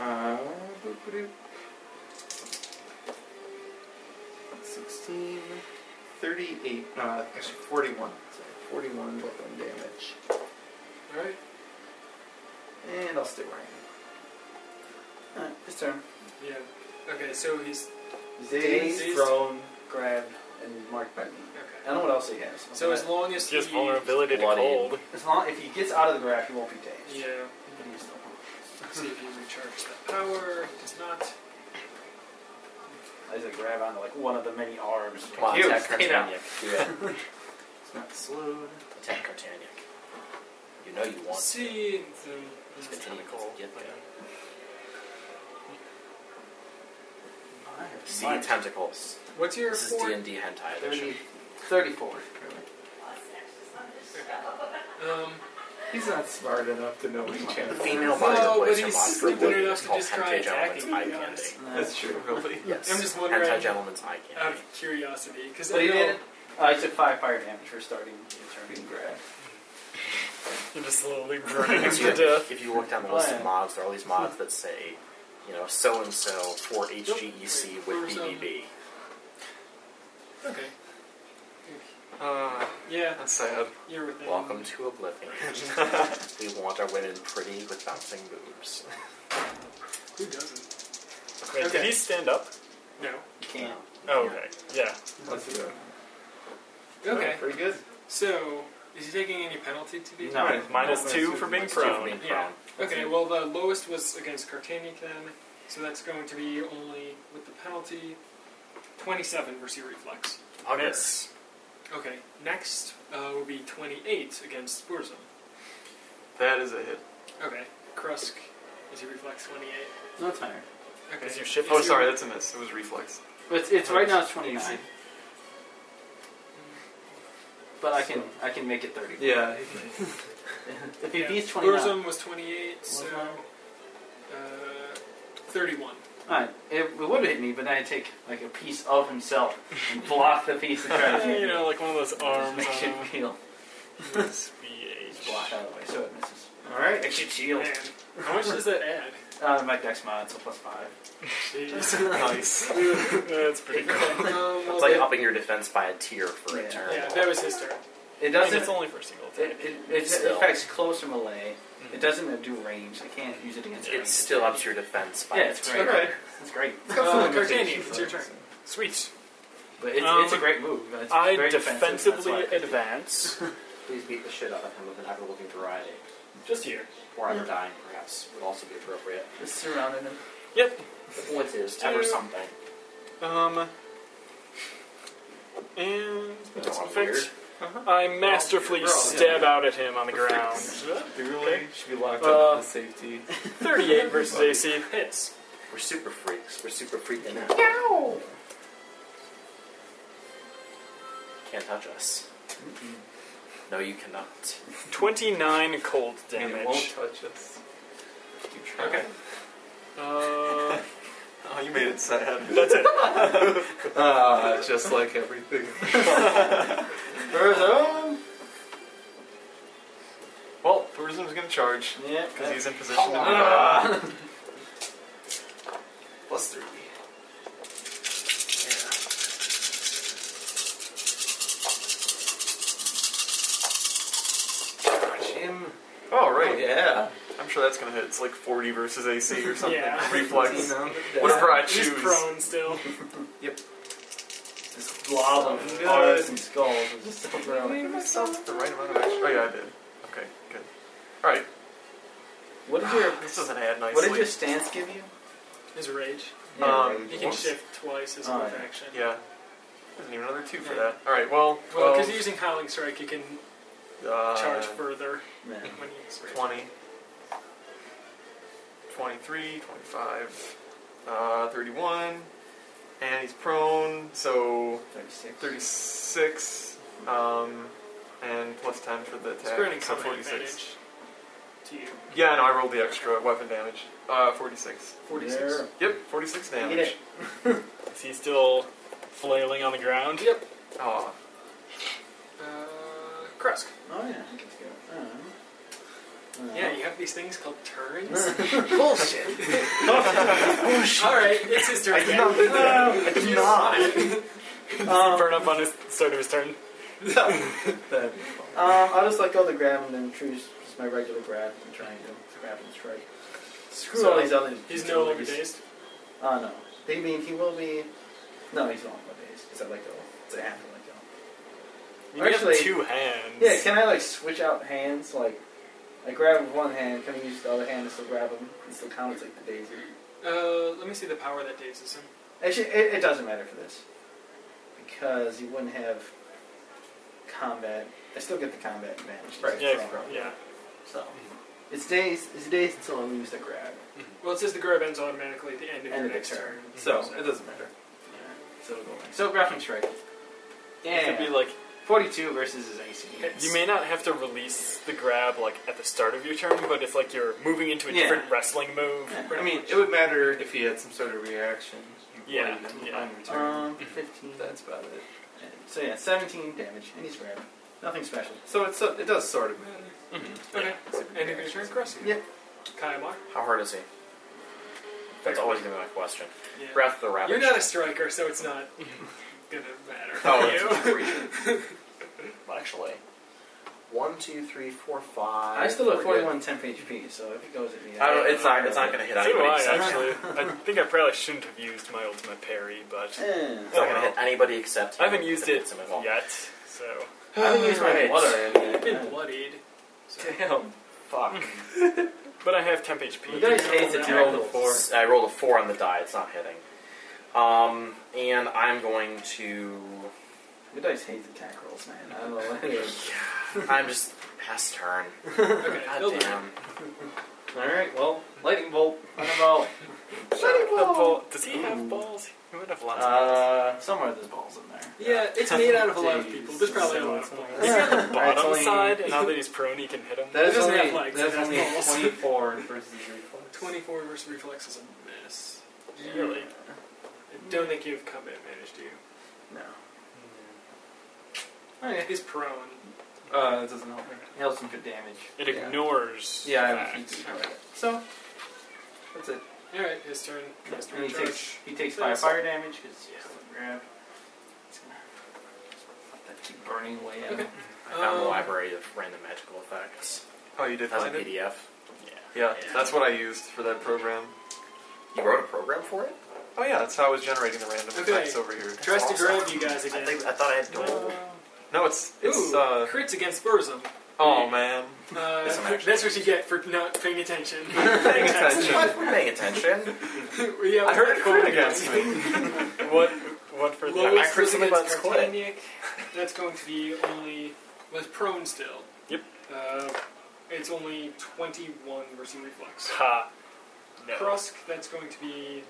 Uh, boop, boop, boop. 16, 38, uh, actually 41. Sorry, 41 weapon damage. All right. And I'll stay where I Alright, his turn. Yeah. Okay, so he's Dazed, Dazed. thrown, grabbed, and marked by me. I okay. don't know what else he has. So as long as It's just he, vulnerability to Bloody. cold. As long if he gets out of the graph, he won't be dazed. Yeah. But he's still. See if you recharge that power. Does not. I just grab onto like one of the many arms. Come on, You, attack stay down. Cartaniac. Yeah, It's not slowed. attack Cartaniac. You know you want. See. It's The, been Get there. I have See mine. tentacles. what's your This is D four? and D hentai edition. 30, 34. Um. He's not smart enough to know which The channel. female No, body Oh, but he's monster stupid would enough is to called just try hentai gentleman's attacking eye the candy. eyes. That's true, really. Yes. I'm just wondering- hentai gentleman's eye Out candy. of curiosity, because So I you know. did uh, I took 5 fire damage for starting the turn. Grab. You're just slowly burning if, to you, death. if you look down the Oh, list of yeah. mods, there are all these mods that say, you know, so and so for HGEC Nope. with BBB. Okay. Uh, Yeah, that's sad. you're within. Welcome to Oblivion. we want our women pretty with bouncing boobs. Who doesn't? Wait, Okay. Did he stand up? No. You can't. Oh, okay. Yeah. Let's do it. Okay. Pretty good. So, is he taking any penalty to these? No. Alright, Minus minus two, two for being Let's do it for prone. being Yeah. prone. Okay, well, the lowest was against Cartanic then, so that's going to be only with the penalty 27 versus your reflex. Hugger. Miss. Okay, next uh, will be 28 against Burzum. That is a hit. Okay, Krusk is your reflex 28. No, it's higher. Okay. Because you shift. Oh, sorry, that's a miss. It was reflex. But it's, it's right now it's 29. But I can I can make it 30. Yeah. If he Yeah, beats 29. Burzum was 28, so Was mine? uh, 31. Alright, it, it would hit me, but then I take like a piece of himself and block the piece and try to hit you me. know, like one of those Just arms. make on it feel. a SBH. Block out of the way, so it misses. Alright. Extra shield. Man, how much does that add? Uh, my dex mod, so plus five. Jeez. nice. That's pretty cool. Okay, um, well, It's like that- upping your defense by a tier for a Yeah. turn. yeah, that was his turn. It I mean, doesn't. it's only for a single It, attack. it, it, it Still. affects close or melee. It doesn't do range. I can't use it against. It range. still ups your defense by Yeah, a it's tier. great. Okay. It's great. Uh, Cartanian, it's your turn. Sweet. But it's, it's a Um, great move. It's I very defensive, that's defensively why I picked it. advance. Please beat the shit out of him with an ever-looking variety. Just here. Or ever dying, perhaps, would also be appropriate. Just surrounded him. Yep. The point is, ever Two. something. Um. And that's all perfect. Uh-huh. I masterfully We're all- stab out at him on the ground. They really Okay. should be locked Uh, up for safety. 38 versus AC hits. We're super freaks. We're super freaking out. Can't touch us. No, you cannot. 29 cold And It won't damage. touch us. Keep trying. Okay. Uh, Oh, you made it sad. that's it. Ah, just like everything. Burzum. Well, Burzum's gonna charge Yeah. because he's in position. to Ah. Plus three. Touch him. Oh, right. Yeah. I'm sure that's gonna hit. It's like 40 versus AC or something. Yeah. Reflex. Whatever. Whatever I He's choose. prone still. This blob of Good. arms and skulls is just thrown. Gave myself the right amount of action. Oh yeah, I did. Okay, good. All right, What did your this doesn't add nicely. What did your stance give you? His rage. Um, You can Oops. shift twice as Oh, an yeah. action. Yeah. I need another two for that. All right. Well, Well, twelve. because you're using Howling Strike, you can uh, charge further Man. when you use rage. 20, 23, 25, uh, 31, and he's prone, so 36. 36, um, and plus 10 for the It's attack, granting so some 46. advantage to you. Yeah, no, I rolled the extra weapon damage. Uh, 46. 46. There. Yep, 46 Eat damage. it. Is he still flailing on the ground? Yep. Oh, Uh, Kresk. Oh yeah. Yeah, you have these things called turns. Bullshit. All right, it's his turn. again. I did not. Um, Burn up on his start of his turn. That'd be fun. um, I'll just let go of the grab and then choose just my regular grab and trying to grab and strike. Screw So, all these other. He's no longer dazed. Oh uh, no. They mean he will be. No, he's not longer dazed because I let go. It's a hand to let go. You have Actually- two hands. Yeah, can I like switch out hands? Like, I grab with one hand, can I use the other hand to still grab him and still count as like the daisy? Uh, let me see the power that dazes him. Actually, it, it doesn't matter for this because you wouldn't have combat. I still get the combat advantage. Right, yeah, So, yeah. So it's days. It's days until I lose the grab. Well, it says the grab ends automatically at the end of End your of the next turn. turn. So it doesn't matter. So it'll go away. So grappling strike. It could be like 42 versus his AC. you may not have to release the grab like at the start of your turn, but it's like you're moving into a Yeah. different wrestling move. Yeah. Pretty I mean, much. it would matter if he had some sort of reaction. You Yeah, played him yeah. On your turn. Mm-hmm. Um, fifteen. That's about it. So yeah, seventeen damage, and he's grabbed. Nothing special. So it's, it does sort of matter. Okay. End of your turn, Kresk. Yep. Kaiamar. How hard is he? That's always going to be my question. Yeah. Breath of the Ravage. You're not a striker, so it's not gonna matter. Oh, to it's you. Actually, one, two, three, four, five. I still have We're good. forty-one temp HP, so if it goes at me, I don't. It's not. It's not going to hit So do anybody. I except actually. I think I probably shouldn't have used my ultimate parry, but Eh. It's not going to hit anybody except. I him. haven't used If it hits him at all. yet. So I haven't used my Alright. water. You've been bloodied. Damn. Fuck. Mm-hmm. but I have temp You HP. guys hate to I rolled tackle a four. I rolled a four on the die. It's not hitting. Um, and I'm going to. You guys hate the attack rolls, man. I don't know what it is. I'm just past turn. Okay, God he'll do damn. Alright, well, lightning bolt. What about? The ball- Does he have balls? He would have lots of Uh, somewhere there's balls in there. it. Yeah, it's made out of a lot of Jeez. people. There's probably a lot of Someone- balls. balls. Maybe on the Alright, it's bottom only- side. Now that he's prone, he can hit him. That is It doesn't only, have legs, that is it has only balls. 24 versus reflex. 24 versus reflex is a miss. Really? I don't think you have combat advantage, do you? No. He's prone. Uh, that doesn't help me. It helps him for damage. It Yeah. ignores. Yeah, I have facts. a PT. So, that's it. Alright, his turn. His turn And he charge. takes, he takes 5 fire damage because yeah. grab. It's gonna let that keep burning away at him. Okay. I found the Um, library of random magical effects. oh, you did It has a find it? PDF. Yeah, that's what I used for that program. You wrote a program for it? Oh yeah, that's how I was generating the random Okay. effects over here. Tries to awesome. grab you guys I again. think I thought I had gold. No, it's it's Ooh, uh crits against Burzum. oh man. Uh, That's some action. that's what you get for not paying attention. Paying attention. What? We're paying attention. yeah, I heard it crit against me. What? What for Lowest that? I crit something against about squid. Cartaniac. That's going to be only was prone still. Yep. Uh, it's only twenty-one versus reflex. Ha. No. Krusk, that's going to be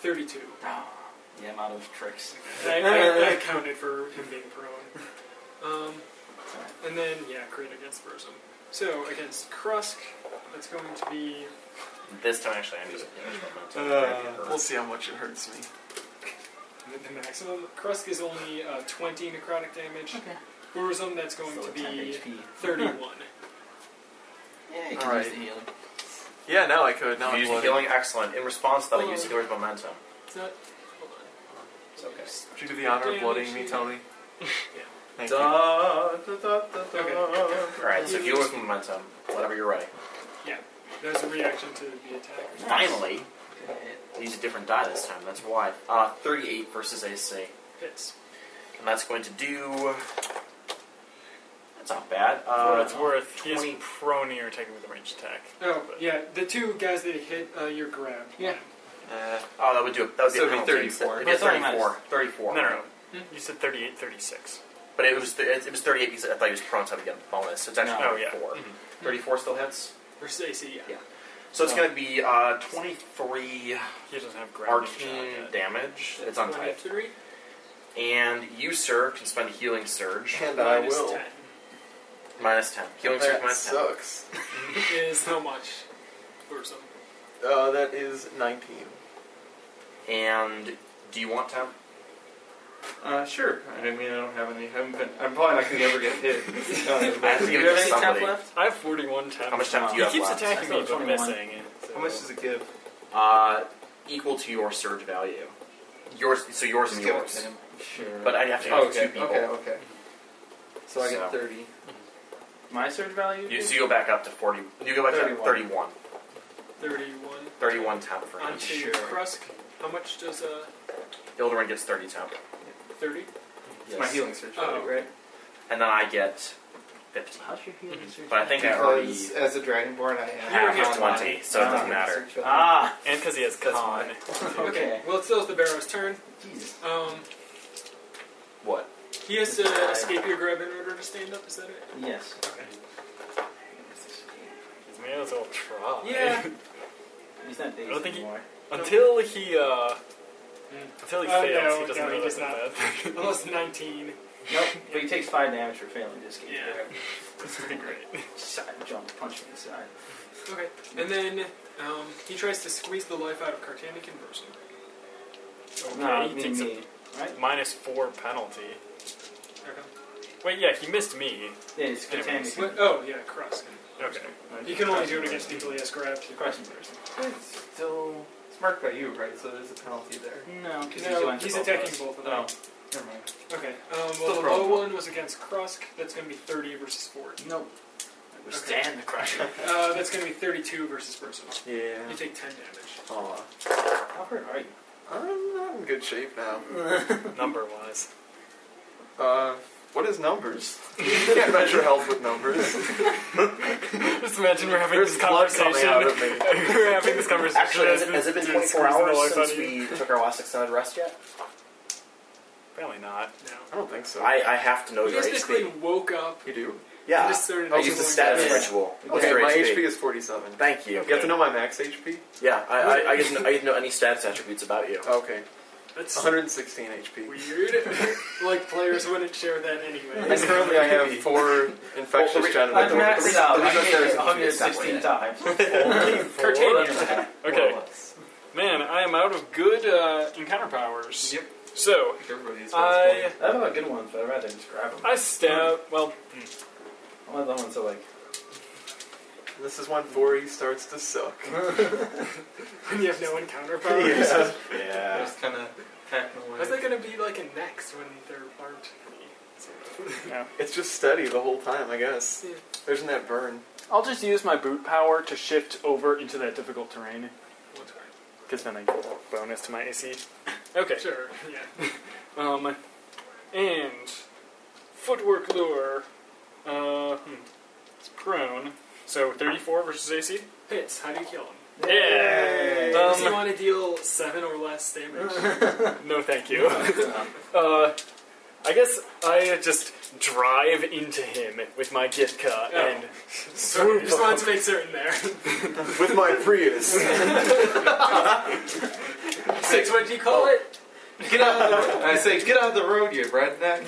thirty-two. Yeah, I'm out of tricks. I, I, I counted for him being prone. Um, and then yeah, crit against Burzum. So against Krusk, that's going to be This time, actually, I'm using damage momentum. Uh, we'll see how much it hurts me. The, the maximum Krusk is only uh, 20 necrotic damage. Okay. Burzum, that's going Still to at 10 be HP. 31. Yeah, you All can right. use the healing. Yeah, now I could. Now You I'm used bloody. healing, excellent. In response, to that I used Oh. healer's momentum. it's not. Hold on. It's okay. Would you do the honor of Damage bloodying me, you- Tony? Yeah. Thank you. Da, da, da, da, da. All right, so healer's momentum. Whatever you're ready. There's a reaction to the attack. Finally, Okay. I used a different die this time. That's why. Uh, 38 versus AC. Hits. And that's going to do. That's not bad. For Uh, what it's worth, he is 20. prone you're taking with a ranged attack. Oh, yeah, the two guys that hit, uh, you're grabbed. Yeah. Uh, oh, that would do. That would So be, a it'd be penalty. 34. It'd be a But it's only 34. 34. No, no, no. Hmm? You said 38, 36. But it was th- it it was 38 because I thought he was prone, so I would get a bonus. So it's actually No. Oh, yeah. 34. 34 still hits. Versus AC, yeah. So it's Oh. going to be uh, 23 He doesn't have ground arcane damage. It's untied. 23 And you, sir, can spend a healing surge. and I minus will. Minus 10. Healing surge That minus 10. sucks. 10 is how much? Or something. Uh, that is 19. And do you want time? Uh, sure. I mean, I don't have any. I haven't been, I'm probably not going to ever get hit. I have to Uh, give Do it you to have any temp somebody. left? I have 41 temp. How much time do He you have keeps left? attacking me I if still I'm have 21. missing. and so- how much does it give? Uh, equal to your surge value. Yours, so yours and Just give it yours. to him. Sure. But I have to have Oh, okay, two people. okay, okay. So I get So. 30. My surge value? You, so you go back up to 40. You go back to 31. 31. 31 31 temp for him. onto Krusk. How much does uh, Ilderin gets 30 temp. 30? It's my healing surge. value, Oh. right? And then I get 15. How's your healing surge? Mm-hmm. But I think I already Because as a dragonborn, I have am. You were here 20, so it Oh, doesn't matter. Ah, And because he has That's con. okay. Well, it still is the Barrow's turn. Jesus. Um, What? he has to escape your grab in order to stand up, is that it? Yes. He may as well try. Yeah. He's not dazed I don't think he- anymore. until he, uh. Mm. Until he Uh, fails, no, he doesn't no, he realize does that not. bad. Unless 19. Nope. But he takes five damage for failing this game. Yeah. That's pretty great. Side jump, punch him in the side. Okay. And then um, he tries to squeeze the life out of Cartanic Inversion. Okay, No, he me, takes me. a minus 4 penalty. Okay. Wait, yeah, he missed me. Yeah, Anyways. it's contaminated. What? Oh, yeah, Krusk. Okay. You can only do it against people he has grabbed. Crushing person. It's still. It's marked by you, right? So there's a penalty there. No, because No, he's attacking both of them. No. Never mind. Oh. Okay. Um, well, Still the prone. low one was against Krusk. That's going to be 30 versus 40. Nope. I withstand the crusher. Uh, that's going to be 32 versus personal. Yeah. You take 10 damage. Aw. How hurt are you? I'm not in good shape now. Number wise. Uh, what is numbers? you can't measure health with numbers. Just imagine we're having There's this blood coming out conversation. of me. we're having this conversation. Actually, has it, has it been Dude, 24 squeezing the hours life out since of you. we took our last extended rest yet? Apparently not. No. I don't think so. I, I have to know You your just basically HP. woke up. you do? and Yeah. just started I use Ah. Oh, the going status down. Yeah. ritual. What's Okay, your my HP is 47. Thank you. You have to know my max HP? Yeah, I, I, I, get to know, I get to know any status attributes about you. Okay. That's 116 HP. weird. like, players wouldn't share that anyway. And currently I have four infectious Well, the re- I've genitals. max- maxed out. the I've reason hit there is it a hundred is that 116 way. times. Cartanian. Okay. Well, Man, I am out of good uh, encounter powers. Yep. So, Everybody's I I don't have a good one, but I'd rather just grab them. I stab. Well, I want the one to, like, This is when 4E starts to suck. When you have no encounter powers. I Yeah. just kind of hacking away. How's that going to be like a next when they're armed? It's just steady the whole time, I guess. Yeah. There's not that burn. I'll just use my boot power to shift over into that difficult terrain, One time. because then I get a bonus to my AC. Okay. Sure, yeah. Um, and footwork lure. Uh, hmm. It's prone. So 34 versus AC. Hits, how do you kill him? Yeah. Does you Um, want to deal 7 or less damage? no, thank you. uh, I guess I just drive into him with my Gitka Oh. and Sorry, just wanted to make certain there. With my Prius. Six, what do you call it? Get out! Of the road. I say, get out of the road, you redneck.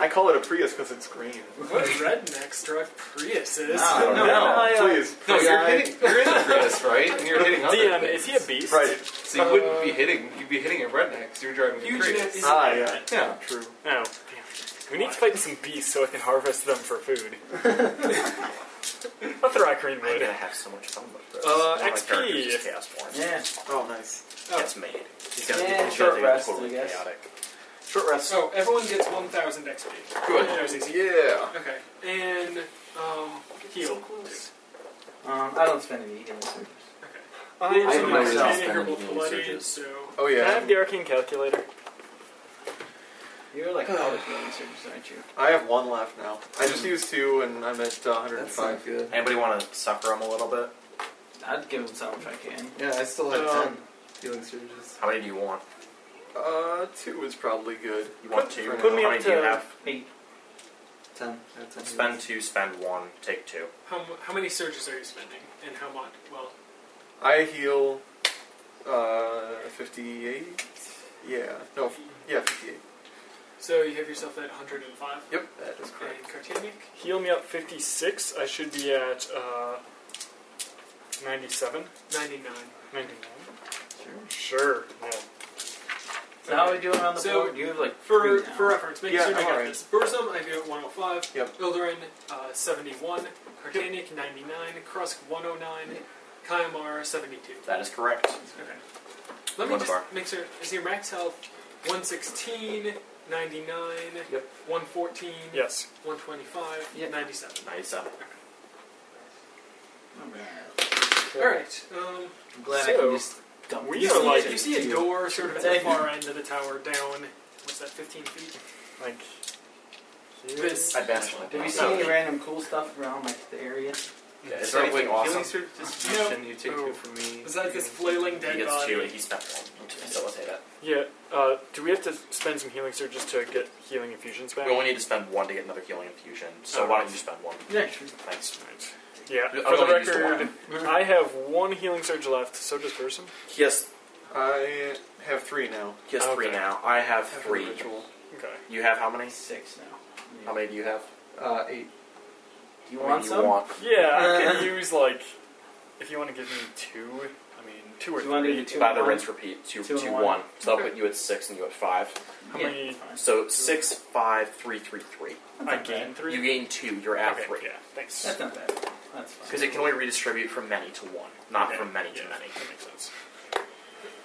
I call it a Prius because it's green. What rednecks drive Priuses? No, no, uh, Please. no. You're Sorry. hitting. You're in a Prius, right? And you're hitting. other Dion, things. is he a beast? Right. So you wouldn't be hitting. You'd be hitting a redneck. 'cause You're driving a Huge net Prius. is Ah, yeah. Yeah. True. Oh, damn. We need to fight some beasts so I can harvest them for food. I'll throw Icarine I'm gonna wood. have so much fun with this. Uh, One of my XP. characters is chaos form. Yeah. Oh, nice. Gets made. He's gonna Yeah, he's gonna short be rest, totally I guess. chaotic. Short rest. Oh, everyone gets 1,000 XP. Good. That was easy. Yeah. Okay. And, um, heal. Um, I don't spend any healing surges. Okay. I am I so myself entertaining done her both any bloody, searches. so Can Oh I yeah, have the arcane calculator? You're like out of the surgeons, aren't you? I have one left now. I just used two, and I'm at uh, 105. good. Anybody want to sucker him a little bit? I'd give him some if I can. Yeah, I still have Um, ten healing surges. How many do you want? Uh, two is probably good. You want two? for put now. me How up many do you to- have? Ten. I have ten Spend two, spend one, take two. how, mu- how many surges are you spending, and how much? Well, I heal uh, 58. Yeah, no, f- yeah, 58. so you have yourself at 105. Yep, that is correct. And Cartanic, Heal me up 56. I should be at uh, 97. 99. 99? Sure. Yeah. So how are we doing on the So, board? You have like For, three now. for reference, make Yeah, sure you I'm got alright. this. Burzum, I do at 105. Yep. Ildarin, uh, 71. Cartanic, 99. Krusk, 109. Kayamar, 72. That is correct. Okay. Let me One just bar. make sure. Is your max health 116, 99, Yep. 114, Yes. 125, Yep. 97? 97. Alright. Um, I'm glad I So, can just dump we you, these are see, like- things you see a into door sort of at the far end of the tower down, what's that, 15 feet? Like, This. I'd best Did we see any random cool stuff around like the area? Yeah, is there anything awesome? Healing surge distribution. You take Oh. two from me. Besides this flailing He dead gets two and body. he spent one to facilitate it. yeah. Uh, do we have to spend some healing surges to get healing infusions back? We only need to spend one to get another healing infusion, so Oh, why don't right. you spend one? Yeah, sure. Thanks. Yeah. I've For the only used record, I have one healing surge left. So does Burzum. He has, I have three now. he has three Okay. now. I have after the three. Ritual. Okay. You have how many? Six now. How many do you have? Uh, eight. Do you How many want do some? want? Yeah. I can use like, if you want to give me two. I mean, two or You wanna do three. the two By and the one? rinse repeat, two, Two and two, one. one. So I'll put you at six and you at five. How Yeah, many? fine. So six, five, three, three, three. I gain three. You gain two. You're at okay. three. Yeah. Thanks. That's not bad. That's fine. Because it can only redistribute from many to one, not Okay. from many to Yeah, many. That makes sense.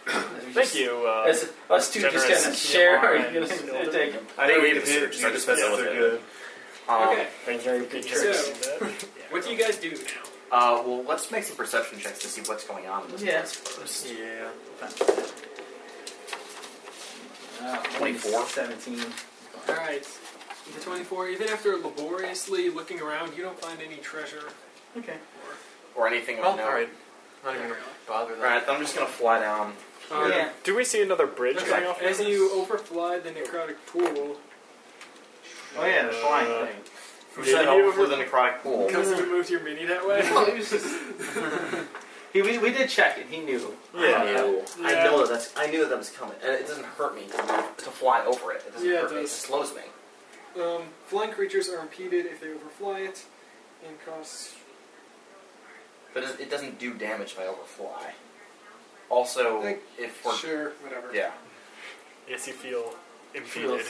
We Thank just- you. Uh, Us, us two just generous gonna share our CMR healing and to take them. I They don't waive get the hit. surges, You I just guys are facilitate good. Um, okay, Thank you for being So- that. what do you guys do now? Uh, well, let's make some perception checks to see what's going on in this Yeah. place first. Yeah. Uh, 24. 17. Alright, the 24, even after laboriously looking around, you don't find any treasure. Okay. Or anything Well, of note. Oh, all right. Not even gonna bother that. Alright, I'm just gonna fly down. Um, Oh, yeah. Do we see another bridge Okay, coming off? As you overfly the necrotic pool, Oh yeah, the flying Uh, thing. Who Yeah, said you help over- with the necrotic pool? because you moved your mini that way. Well, it was just- he, we, we did check it. He knew. I Yeah. know. Yeah. I know that that's. I knew that, that was coming, and it doesn't hurt me to, move- to fly over it. It doesn't Yeah, it hurt me. It does. just slows me. Um, flying creatures are impeded if they overfly it, and costs. But it, it doesn't do damage if I overfly. Also, Like, if we're Sure, whatever. yeah, Yes, you feel impeded.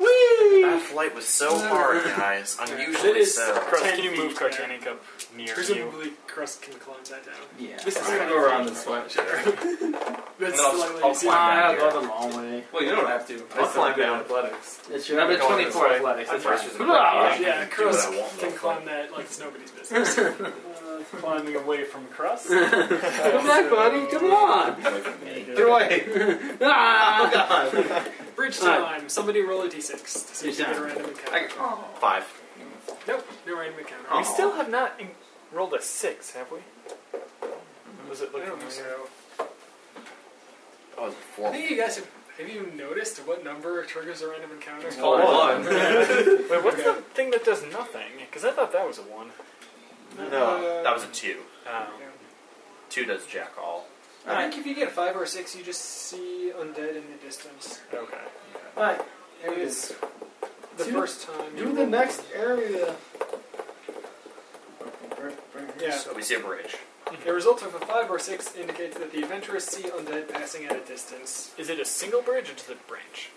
that flight was so hard, guys. It Unusually is so. Crust, Ten can you feet move back. Cartanic up near you? Presumably, Crust can climb that down. Yeah. This is I'm gonna kinda go around funny. this way. Ah, That's I'll- slightly. I'll easier. climb I'll down go the long way. Well, you don't have to. I'll climb down. athletics. It's your number Go on this 24 way. athletics. That's right. Versus the necrotic. yeah, Do what I Crust want, can motherfucker. climb that like it's nobody's business. Uh, climbing away from Crust. Come back, buddy. Come on. Away from me. Oh, Get away. Ah, God. Bridge Alright. time. Somebody roll a d6 to see if you get a Yeah. random encounter. I, oh. Five. Nope, no random encounter. We Aw. still have not in- rolled a six, have we? Does it I look don't think familiar? so. That was I four. think you guys have. Have you noticed what number triggers a random encounter? Uh, Hold on. Wait, what's Okay. the thing that does nothing? Because I thought that was a one. Uh, That was a two. Um, yeah. Two does jack all. I think if you get five or six, you just see undead in the distance. okay. But It was the Do- first time. do the next area. Bring- bring it. Yeah. So we see a bridge. The result of a five or six indicates that the adventurers see undead passing at a distance. Is it a single bridge or does it branch?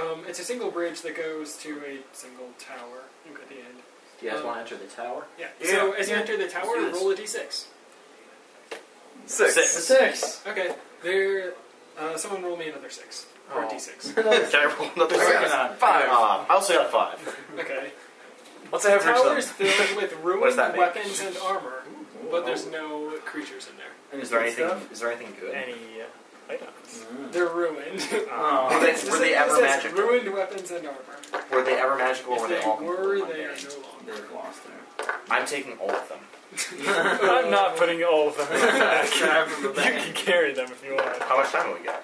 Um, it's a single bridge that goes to a single tower at the end. Do you guys want to enter the tower? Yeah. Yeah. So as you enter the tower, Let's do this. roll a d6. Six. Six. Six. Okay. There. Uh, someone roll me another six or a Oh. d6. Another Can I roll another Working six? on it. Five. Uh, I also got a five. Okay. What's The average tower then? is filled with What does ruined that Oh. make? weapons and armor. but there's no creatures in there. And Is there good anything? stuff? Is there anything good? Any uh, um, items? Mm. They're ruined. Oh. Were they, It were says- they it ever says magical? Ruined weapons and armor. Were they ever magical? Or were If they all they were, completely they are mundane? no They're lost there. I'm taking all of them. longer. I'm not putting all of them back. you Grab from the back. can carry them if you want. How much time have we got?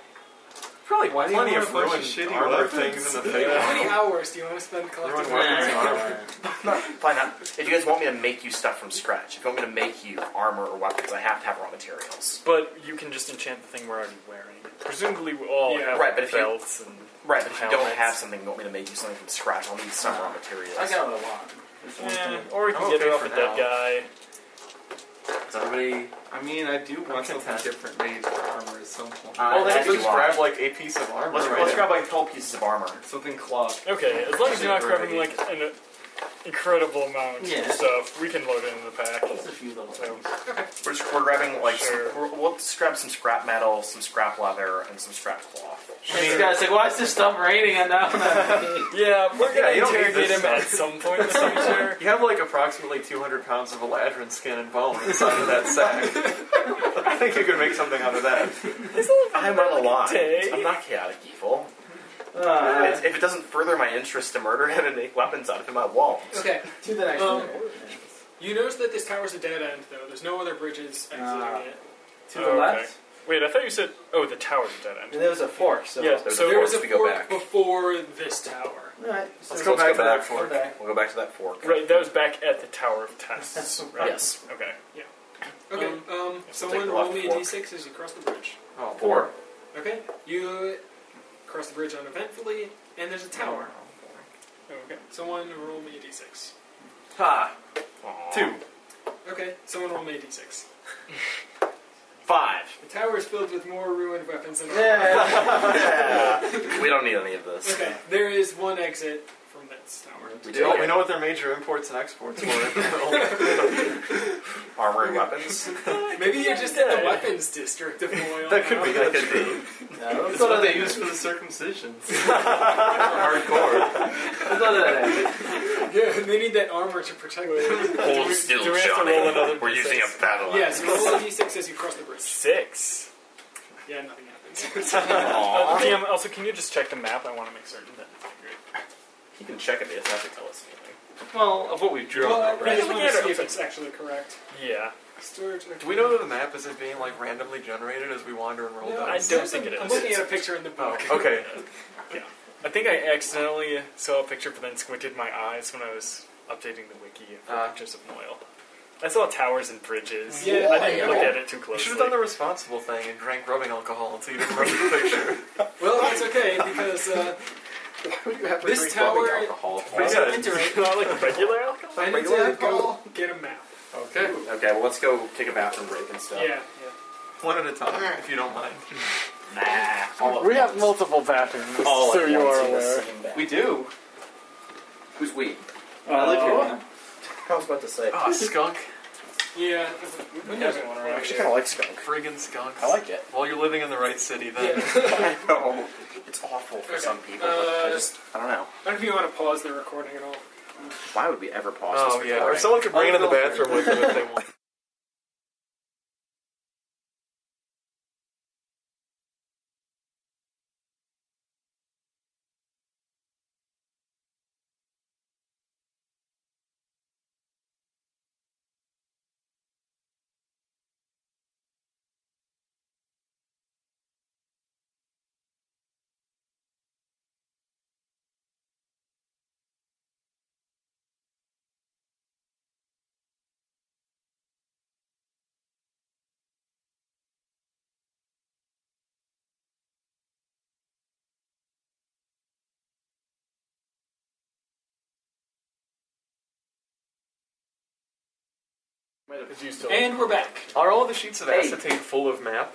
Probably Why do you plenty want of a bunch of ruined shitty armor weapons? things in the How face. many hours do you want to spend collecting? Ruined weapons. armor? Fine. Not, if you guys want me to make you stuff from scratch, if you want me to make you armor or weapons, I have to have raw materials. But you can just enchant the thing we're already wearing. Presumably, we all Yeah. have Right, but if you- belts and. Right, but if you don't Helmets. have something, you want me to make you something from scratch, I'll need some raw materials. I got what I want. This one's Yeah, gonna- or we can I'm get okay it off for a dead now. guy. Is Uh, everybody? I mean, I do I'm want something content. different made for armor at some point. Uh, Well, they as could you just are. grab like a piece of armor. Let's, right let's there. grab like twelve pieces of armor. Something cloth. Okay, as long as you're not Super grabbing like an incredible amount Yeah. of stuff, we can load it in the pack. Just a few little So, things. We're, just, we're grabbing like Sure. some, we're, we'll just grab some scrap metal, some scrap leather, and some scrap cloth. This guy's like, why is this stuff raining on now? yeah, we're Yeah, gonna you don't need interrogate this him at some point in the future. You have like approximately 200 pounds of eladrin skin and bone inside of that sack. I think you could make something out of that. I'm not alive. day. I'm not chaotic evil. Uh, It's- if it doesn't further my interest to murder him and make weapons out of him, I won't. Okay, to the next Um, one. you notice that this tower's a dead end, though. There's no other Uh, bridges exiting Ah. it. To the okay. left. Wait, I thought you said oh the tower's dead And end. there was a fork, so. yeah, There's so a there was a fork to go fork back. before this tower. Alright, so Let's go back to that Go fork. back. We'll go back to that fork. right that was back at the Tower of Tests. Right? Yes. Okay. Okay, Um, um, take someone the roll left me a fork. d6 as you cross the bridge. Oh, Four. Okay, you cross the bridge uneventfully, and there's a tower. Okay, someone roll me a d6. Ha! Aw. Two. Okay, someone roll me a d6. Five. The tower is filled with more ruined weapons and armor. Yeah. Yeah. we don't need any of this. Okay, there is one exit from this tower. We do Oh, we know what their major imports and exports were. armor and weapons. Maybe you're just in the weapons district of Loyal. that could be. That could be. No, That's let's what go to they the use for the circumcisions. Hardcore. Let's go to that exit. Yeah, they need that armor to protect them. Hold we- still, do we have to Johnny. roll another We're using D6? a battle axe. yes, roll a d6 as you cross the bridge. Six. Yeah, nothing happens. Uh, Aw. DM, also, can you just check the map? I want to make certain that. He can check it. He doesn't have to tell us anything. Well, of what we've drawn. well, I right? just want Yeah, to see if okay. it's actually correct. Yeah. Storage. Do we know that the map isn't being like randomly generated as we wander and roll No, I dice? don't think it I'm is. looking at a picture in the book. Okay. I think I accidentally saw a picture, but then squinted my eyes when I was updating the wiki for Ah. pictures of Moyle. I saw towers and bridges. Yeah. I didn't look at it too You closely. should have done the responsible thing and drank rubbing alcohol until you didn't rub the picture. Well, that's okay because uh, this tower. Is that not like regular alcohol? I need Regular to go get a map. Okay. Okay, well, let's go take a bathroom break and stuff. Yeah. One at a time, if you don't mind. Nah. All at once. multiple bathrooms, All at once in the same bath. We do. Who's we? I live here Oh. now. I was about to say. Ah, skunk. Yeah. I actually kind of like skunk. Friggin' skunks. it. Well, you're living in the right city then. Yeah. I know. It's awful for Okay. some people, but I Uh, just, I don't know. I don't know if you want to pause the recording at all. Why would we ever pause Oh, this yeah. Or recording? someone could bring it in the bathroom with them if they want. And we're back. Are all the sheets of Hey. acetate full of map?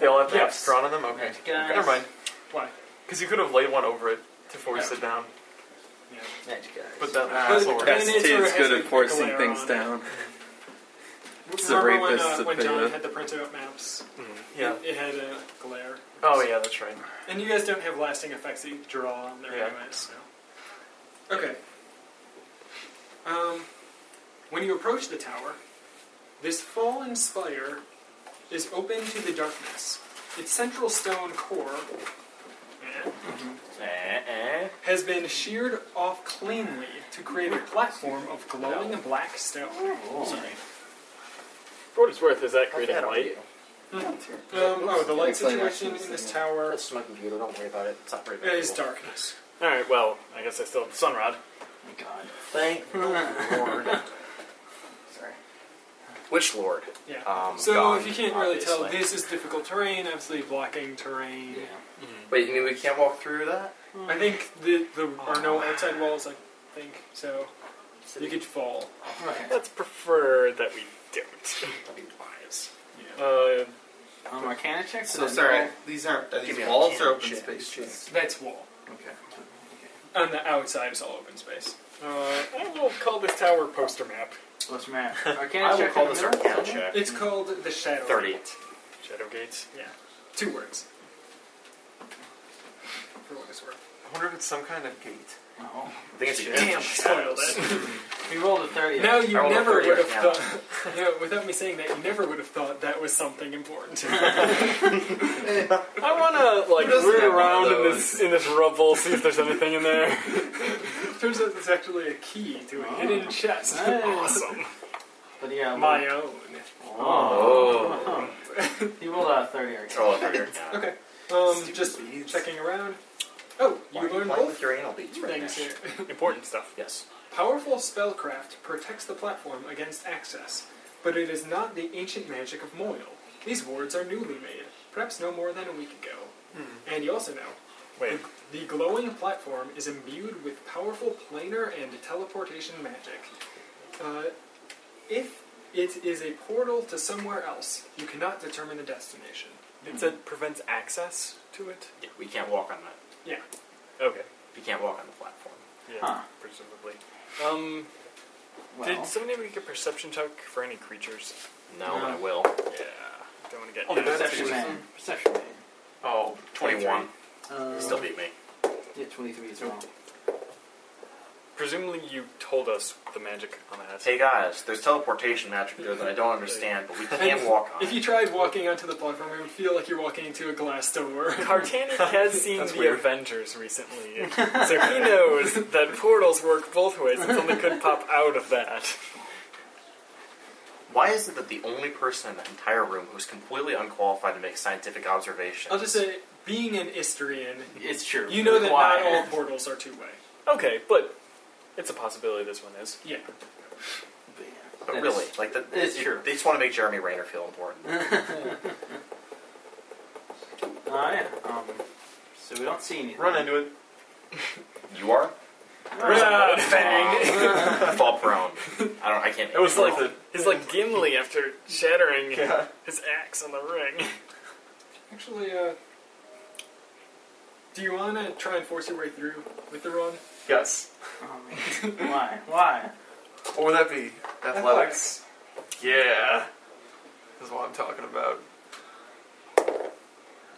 They all have maps Yes. drawn on them? Okay. Guys. Never mind. Why? Because you could have laid one over it to force it down. Magic guys. But that Ah, asshole. okay. works. That's Tina's Acetate is good good at at forcing forcing Piccolo things things on. down. It's the Remember when, rapists uh, that when they John were- had the printout maps? Yeah. It had uh, a glare. Oh, yeah, that's right. And you guys don't have lasting effects that you can draw on there Yeah. anyways, so. Okay. Um, when you approach the tower, This fallen spire is open to the darkness. Its central stone core Eh, has been sheared off cleanly to create a platform of glowing black stone. Sorry. For what it's worth, is that creating That on light? you. Um, oh, the light Explain that situation to me, in this yeah. tower That's my computer. Don't worry about it. It's not very big. is darkness. All right. Well, I guess I still have the sunrod. Oh God. Thank the Lord. Sorry. Which Lord? Yeah. Um, So God, if you can't really tell, obviously. this is difficult terrain, absolutely blocking terrain. Wait, you mean we can't walk through that? I think the, there are no Ah. outside walls, I think, so you could fall. Let's prefer that we don't. That'd be wise. Uh, Um, Arcana check. So then sorry, these aren't are Give these me a walls can or open check. spaces? That's wall. Okay. On the outside is all open space. uh, I will call this tower poster map. roll- What's your map? Arcana I check. will call this in the our middle? count check. It's called the Shadow. Hmm. Thirty. Shadow gates. Yeah. Two words. For what it's worth. I wonder if it's some kind of gate. No. I think it's a Damn, spoiled it. We Oh. rolled a thirty. Now you I rolled a never 30 would have right now. thought. No, without me saying that, you never would have thought that was something important. I want to like doesn't root have one around of in this in this rubble, see if there's anything in there. Turns out there's actually a key to a hidden chest. Nice. Awesome. But yeah. My own. Oh. Oh. He rolled a thirty. Arcana. Roll it for your count. Okay. Um, just checking around. Oh, you Why are learned playing both with your anal beads right things now? here. Important stuff. Yes. Powerful spellcraft protects the platform against access, but it is not the ancient magic of Moil. These wards are newly made, perhaps no more than a week ago. And you also know Wait. The glowing platform is imbued with powerful planar and teleportation magic. Uh, if it is a portal to somewhere else, you cannot determine the destination. It said prevents access to it. Yeah, we can't walk on that. Yeah. Okay. We can't walk on the platform. Yeah. Huh. Presumably. Um. Well, oh, Did somebody make a perception check for any creatures? No, but I will. Yeah. Don't want to get. oh, perception man. Perception man. Oh, 21. Um, Still beat me. Yeah, twenty-three as well. Presumably, you told us the magic on that. Hey guys, there's teleportation magic there that I don't understand, but we can walk on If you it. tried walking onto the platform, it would feel like you're walking into a glass door. Cartanic has seen the Avengers recently, so he knows that portals work both ways. It only could pop out of that. Why is it that the only person in the entire room who's completely unqualified to make scientific observations? I'll just say, being an Istrian, It's true. you know that Why? not all portals are two way. Okay, but it's a possibility this one is. Yeah. But yeah, But that's- really, like that, it's you- true. They just want to make Jeremy Rayner feel important. Oh yeah. Um, so we don't see anything. Oh, Run into it. you are fall prone. I don't. I can't. It was like roll. it's like Gimli after shattering his axe on the ring. Actually, uh, do you want to try and force your way through with the run? Yes. Oh, man. Why? Why? What would that be? Athletics. Yeah. That's what I'm talking about.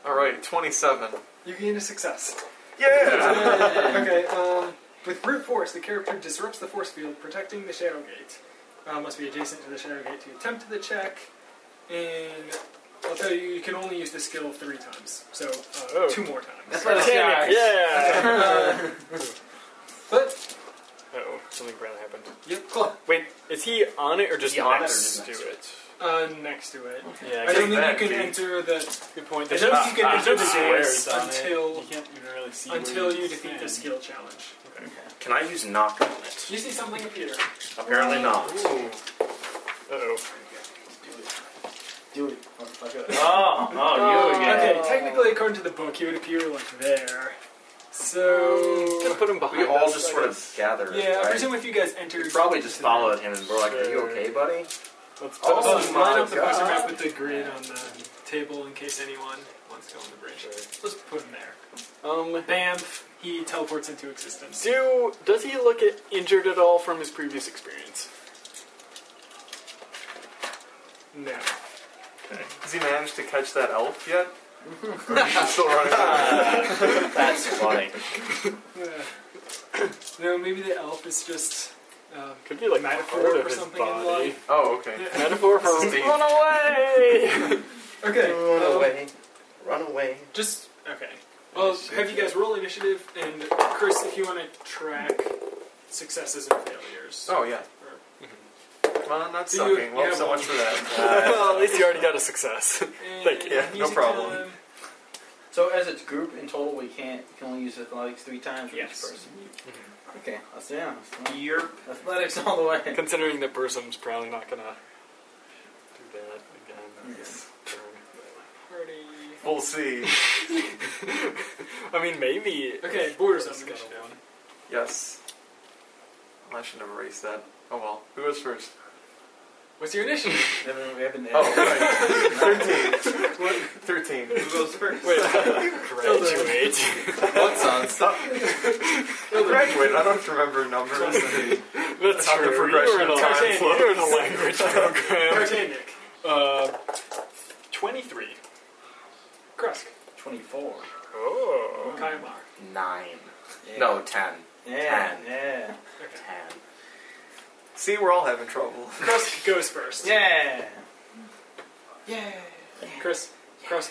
All right, 27. You gain a success. Yeah. okay, um, with brute force, the character disrupts the force field, protecting the shadow gate. Uh, must be adjacent to the shadow gate to attempt the check. And I'll tell you, you can only use the skill three times, so uh, Oh. two more times. Athletics, guys. Yeah. But Oh, something brown happened. yep, claw. Wait, is he on it or just Is he on it or next just to next to it? Uh, next to it. Yeah, I don't guess think that, you can Pete. enter the. good point. I There's don't think you not- can there's enter no the squares doors on it. until you can't even really see until where you defeat the stand. skill challenge. Can I use knock on it? You see something appear. Apparently not. Uh-oh. Do it, motherfucker. Oh, oh, you again. Okay, technically, according to the book, he would appear like there. So. Gonna put him We behind all us, just I sort of guess. gathered. Yeah, I right? presume if you guys entered. We probably just followed him and we're like, "Are you Sure. okay, buddy?" Let's put Also, him line on up the poster map with the grid on the table in case anyone wants to go on the bridge. Let's put him there. Um, Bam! He teleports into existence. do does he look at injured at all from his previous experience? No. Has he managed to catch that elf yet? Or is he still running around? That's funny. no, maybe the elf is just. Uh, uh, Could be like metaphor part of for his something in body. life. Oh, okay. metaphor for Steve. run away. Okay. Run um, away. Run away. Just okay. Well, have you guys roll initiative, and Chris, if you want to track successes and failures. Oh, yeah. Come on, not Do you- sucking. yeah, well, so well- much for that. well, at least you already got a success. And thank you. Yeah, no music problem. time. So as it's group in total, we can't. We can only use athletics three times for Yes. each person. Okay, that's yeah. that's fine. Yerp. Athletics all the way. Considering the person's probably not gonna do that again. Yes. Already. Uh, We'll see. I mean, maybe. Okay, border zone Chris got a initiative. one. Yes. I should have erased that. Oh well. Who goes first? What's your initiative? Haven't- we haven't- Oh, right. 13. 13. Who goes first? Wait, graduate. What's on? Stop. I graduated. I don't remember numbers. That's Not the true. You progression were in a, of time you were in a language program. Titanic. Uh, 23. Krusk. Twenty-four. Oh. Kaimar. Nine. Yeah. No, ten. Yeah. ten. Yeah. Ten. See, we're all having trouble. Krusk goes first. Yeah. Chris. Krusk.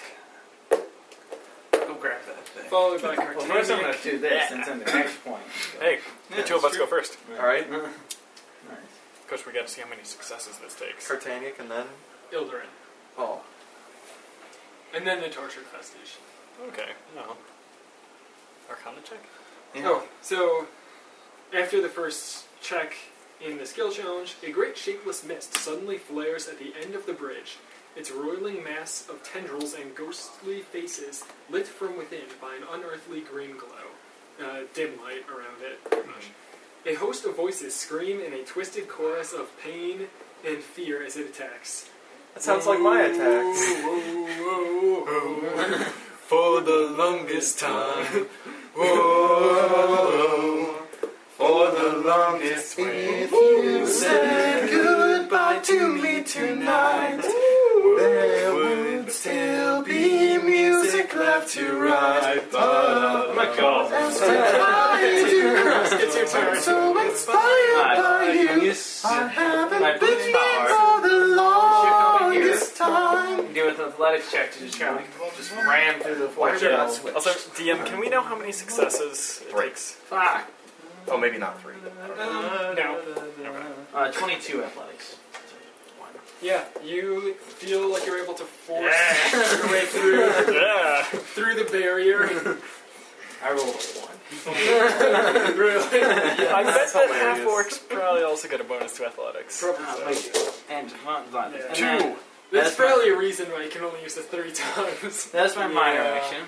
Go grab that thing. Followed by Well, first I'm gonna Kartanic. do this since I'm the next point. Hey, the Yeah, two of us that's go first. Alright, Nice. Because we gotta see how many successes this takes. Cartanic and then. Ildarin. Oh. And then the tortured vestige. Okay, no. Arcana check? Yeah. Oh, so after the first check in the skill challenge, a great shapeless mist suddenly flares at the end of the bridge. Its roiling mass of tendrils and ghostly faces lit from within by an unearthly green glow. Uh, dim light around it, pretty much. A host of voices scream in a twisted chorus of pain and fear as it attacks. That sounds like my attacks. Whoa, whoa, whoa, whoa. For the longest time. For the longest way. you said goodbye to me tonight, there would still be music left to write. Oh my god. It's your turn. I, I can use my boots power. longest time. Do an athletics check to just kind of just ram through the floor. Why did I not switch? Also, DM, can we know how many successes it Three. takes? Fuck. Oh, maybe not three. I don't know. No. Uh, 22 athletics. Yeah, you feel like you're able to force your way through Yeah. through the barrier. I rolled a one. really? I bet that half hilarious. orcs probably also get a bonus to athletics. Uh, wait. And one, one. Yeah. And then- Two. That's That's fine. probably a reason why you can only use it three times. That's my minor Yeah. action.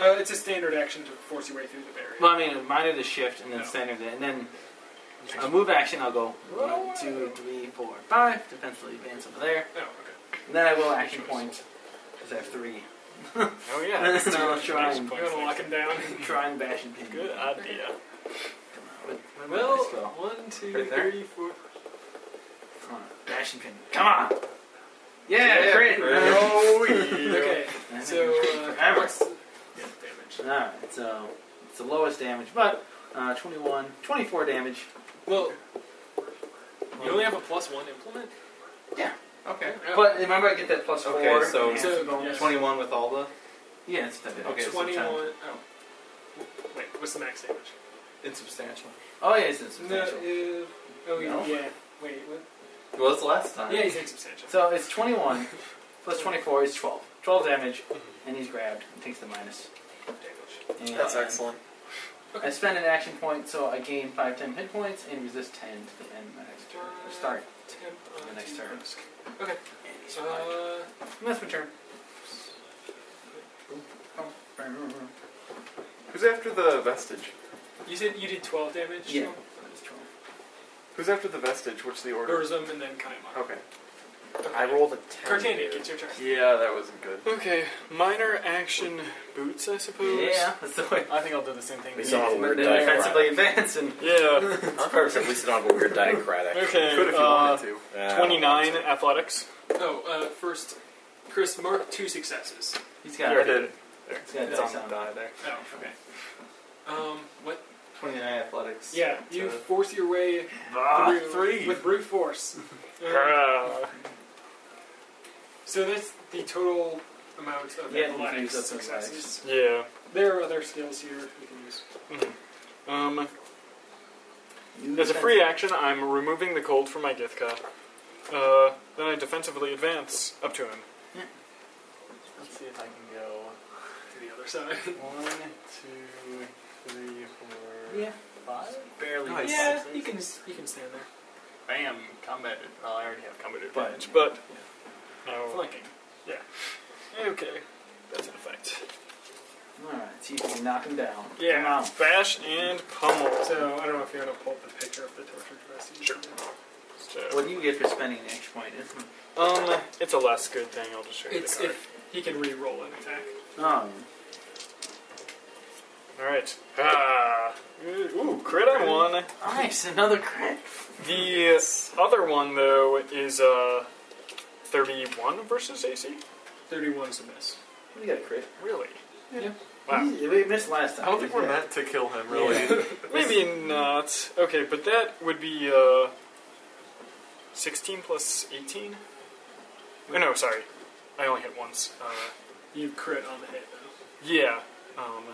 Uh, it's a standard action to force your way through the barrier. Well, I mean, minor the shift, and then No. standard, and then a move action. I'll go one, two, three, four, five. Defensively advance over there, Oh, okay. and then I will action point because I have three. Oh yeah. And that's then two I'll try action and You want to lock points. him down? try and bash and pin. Good idea. Come on, with, with my Well, nice go. one, two, Right there? three, four. Come on, bash and pin. Come on. Yeah, great. Oh, Okay, so uh, forever. what's yeah, damage? All right, so it's the lowest damage, but uh, 21, 24 damage. Well, you only have a plus one implement. Okay. Oh, But remember, I get that plus four. Okay, so- and- so yeah, 21 with all the. yeah, it's that bit. Okay. so 21. 10. Oh. Wait, what's the max damage? Insubstantial. Oh yeah, it's No, substantial. uh, oh, No? yeah. Wait, what? It was last time. Yeah, he's insubstantial. So it's 21 plus 24 is 12. 12 damage, Mm-hmm. and he's grabbed and takes the minus. damage. And That's excellent. I spend an action point, so I gain 5 temp hit points and resist 10 to the end of my next turn. Or start. Temp on The next turn. Okay. And he's fine. Uh, And that's my turn. Who's after the vestige? you said you did 12 damage? Yeah. Sean? Who's after the vestige? What's the order? Burzum and then Kaimar. Okay. I rolled a ten. Cartanic, it's your turn. Yeah, that wasn't good. Okay, minor action boots, I suppose. Yeah, that's the way. I think I'll do the same thing. We still have a weird Then diet. defensively advance and Yeah. It's perfect. We still have a weird diacratic. Okay. Could if you uh, wanted to. Twenty-nine athletics. Oh, uh, first, Chris, mark two successes. he's You got already did. He's got It's on dice the on. die there. Oh, okay. Um, what? 29 athletics. Yeah, you to- force your way Ah, through three. with brute force. Uh, Hurrah. so that's the total amount of Yeah, you can athletics use up some successes. yeah. There are other skills here you can use. Um, You as a free action, I'm removing the cold from my Githka. Uh, then I defensively advance up to him. Let's see if I can go To the other side. one, two, three, four, Yeah. five. Barely. Yeah, you can you can stand there. Bam. Combat. Well, I already have combat advantage, but, no. Flanking. Okay, that's an effect. Alright, so you can knock him down. Come Yeah. on. Bash and pummel. So I don't know if you're gonna pull up the picture of the torture device. Sure. So, What do you get for spending an extra point? um, it's a less good thing. I'll just show you It's the card. if he can re-roll an attack. Oh, All right. Ah. Ooh, crit on one. nice, another crit. The uh, other one though is uh, 31 versus AC. Thirty-one's a miss. You got a crit. Really? Wow. Wow. We missed last time. I don't think we're Yeah. meant to kill him, really. Maybe not. Okay, but that would be uh, 16 plus 18. Oh, no, sorry, I only hit once. Uh, You crit on the hit though. yeah. Um,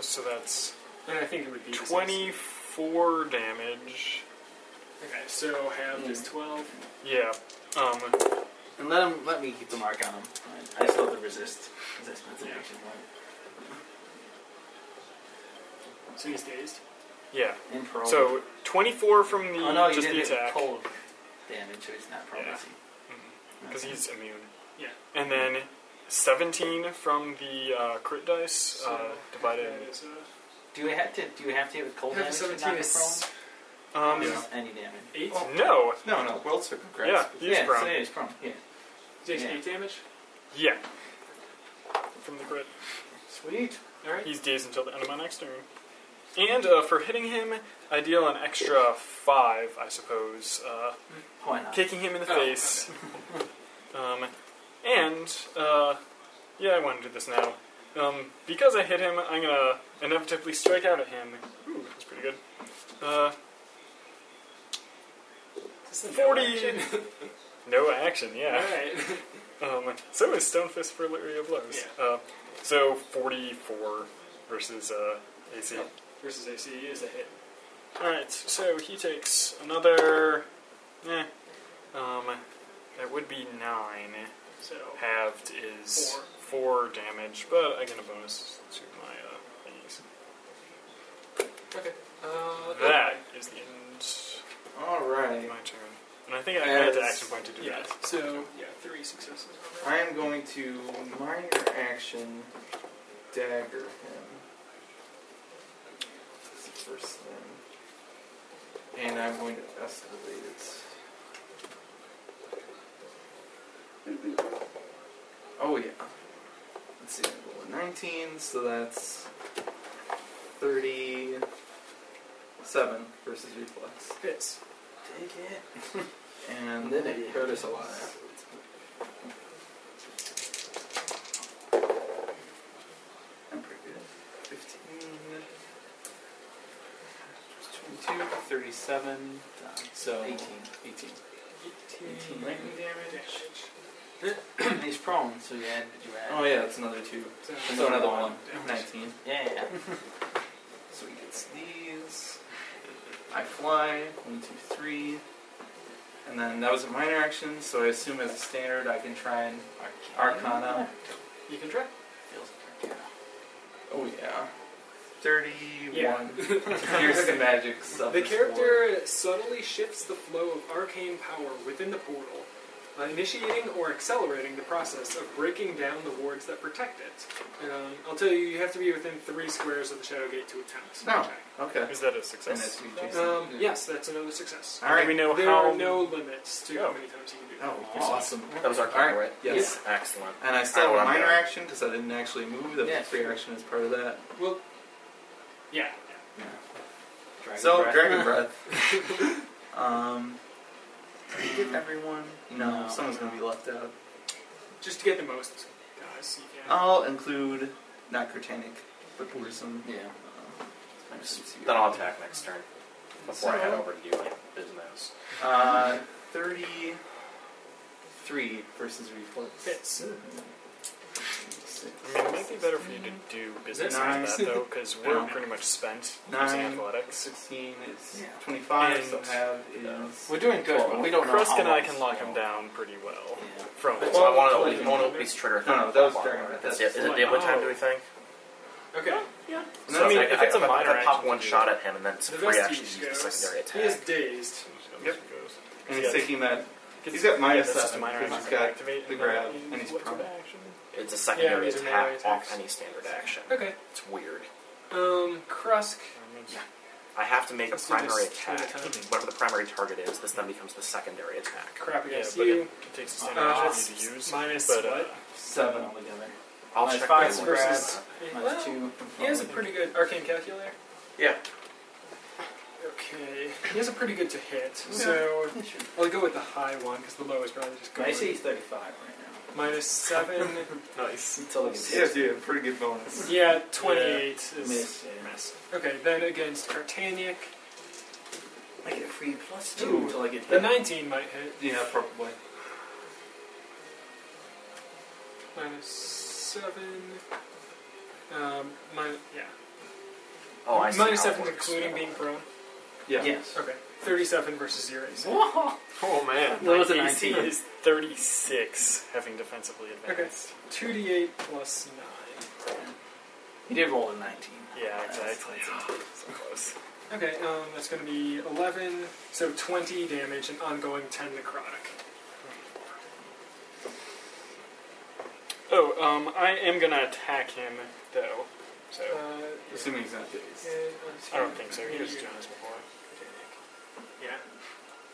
so that's And I think it would be disease. 24 damage. Okay, so half is twelve. Yeah. Um, And let him, let me keep the mark on him. I still have to resist. Because I spent an action point. So he's dazed. yeah. And prone. So 24 from the oh no, you just didn't the get attack cold damage, so he's not prone. Yeah. Mm-hmm. is he? because he's immune. Yeah. And then 17 from the uh, crit dice So uh, divided. that is, uh, Do you have to? Do you have to with cold half of damage to not Oh, seventeen get is Um, Yeah. prone? Any damage? eight. No. No, no, world circumgress. Yeah, he's yeah, prone. So yeah, he's prone. Yeah. Takes Yeah. eight damage. Yeah. From the crit. Sweet. All right. He's dazed until the end of my next turn. And uh, for hitting him, I deal an extra five, I suppose, uh, Why not? kicking him in the Oh, face. um, and uh, yeah, I want to do this now. Um, because I hit him, I'm gonna inevitably strike out at him. Ooh, that's pretty good. Uh, This is Forty. action. no action. All Yeah. right. Um, so is Stone Fist for Lyria Blows. Uh, so 44 versus uh, AC. Versus AC is a hit. Alright, so he takes another. Eh. Um, that would be 9. So Halved is 4 damage, but I get a bonus to my uh, thingies. okay. Uh, That is the end All of right. my turn. And I think I had to As- action point to do Yeah. that. So yeah, three successes. on I am going to minor action dagger him. That's the first thing. And I'm going to escalate it. Oh, yeah. Let's see, I rolled a 19, so that's 37 versus reflex. that. Hits. Take it. And then it hurt us a lot. I'm pretty good. 15. 22, 37, Uh, so 18. 18. 18 lightning damage. And he's prone, so you add. Did you add? Oh, yeah, that's another 2. So, So another 1. damage. 19. yeah. yeah, yeah. So he gets these. I fly. One, two, three. And then that was a minor action, so I assume as a standard I can try and Arcana. You can try. Feels like Arcana. Oh yeah. Thirty-one. Yeah. Here's the magic stuff. The character subtly shifts the flow of arcane power within the portal, uh, initiating or accelerating the process of breaking down the wards that protect it. Um, I'll tell you, you have to be within three squares of the Shadow Gate to attempt. the No. check. Okay. Is that a And success? that's me, Jason. Um, Yes, that's another success. All right. Do we know there how. are no limits to Oh. how many times you can do that. Oh, awesome. That was our All right. camera, right? Yes. Excellent. And I still have Alright, a well, I'm minor down. action because I didn't actually move. That was Yeah. free action as part of that. Well, yeah. Dragon so breath. dragon breath. um. Did we get everyone? No, No. someone's gonna be left out. Just to get the most guys you can. Oh. I'll include not Kurtanik. the gruesome. Yeah. Then I'll attack next turn. Before I head over to do my business. Uh, 33 versus reflex. Hits. Six. I mean, it might be better for you to do business Nine. as that though, because we're Nine. pretty much spent using Nine, athletics. 16 is Yeah. 25, And- uh, so I have is... We're doing good, but we don't know Krusk how and I long can it's lock going. him down pretty well. Yeah. From So I want to open, I want to open these trigger No, no, thing. that was during that. That's That's it. Is it Diblet time, do we think? Okay. I mean, if it's a I, minor I pop action, one you- shot at him, and then it's a The free action Vestige to use the goes. secondary He is attack. dazed. Yep. And he's Yeah. taking that... He's got minus yeah, that's just a seven, minor because action to he's got activate the and then grab, use and he's what's your prone. action? It's a secondary these are melee attack off attacks. any standard action. Okay. It's weird. Um, Krusk. I have to make a Let's do this primary three at a attack. time. Whatever the primary target is, this then becomes the secondary attack. Crap Yeah, against but you. it, it takes a standard Uh, action to use. Minus but, uh, what? Seven altogether. I'll Minus check five the versus- Well, Minus two. He has a pretty good arcane calculator. Yeah. Okay. He has a pretty good to hit, so I'll go with the high one because the low is probably just I going. say he's 35 right now. Minus seven. Nice. Until he gets Yeah, dude, pretty good bonus. yeah, twenty-eight is miss. yeah. miss. Okay, then against Cartaniac, I get a free plus Ooh. two until I get the hit. nineteen might hit. Yeah, probably. Minus seven. Um, min- yeah. Oh, I see. minus how it seven, works. including being prone. Yeah. Yes. Okay, thirty-seven versus zero. Oh man. That was a My AC 19. is 36, having defensively Okay, advanced. two d eight plus nine. He did roll a 19. Yeah, That's- exactly. So close. Okay, um, that's going to be 11, so 20 damage and ongoing 10 necrotic. Oh, um, I am gonna attack him though. So Uh, Assuming he's not dazed. I don't think so. He was doing this before. Yeah.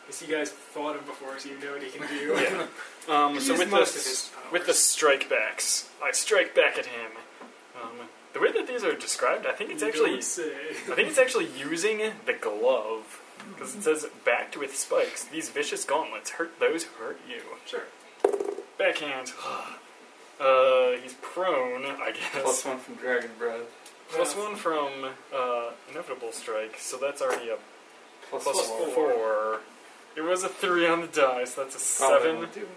Because you guys fought him before, so you know what he can do. Yeah. Um, He so used with the most of s- his powers. with the strike backs, I strike back at him. Um, the way that these are described, I think it's You actually don't say. I think it's actually using the glove because it says backed with spikes. These vicious gauntlets hurt those who hurt you. Sure. Backhand. Uh, he's prone, I guess. Plus one from Dragon Breath. Plus one from uh, inevitable strike, so that's already a Plus, plus plus four. four. It was a three on the die, so that's a Probably seven won't do it.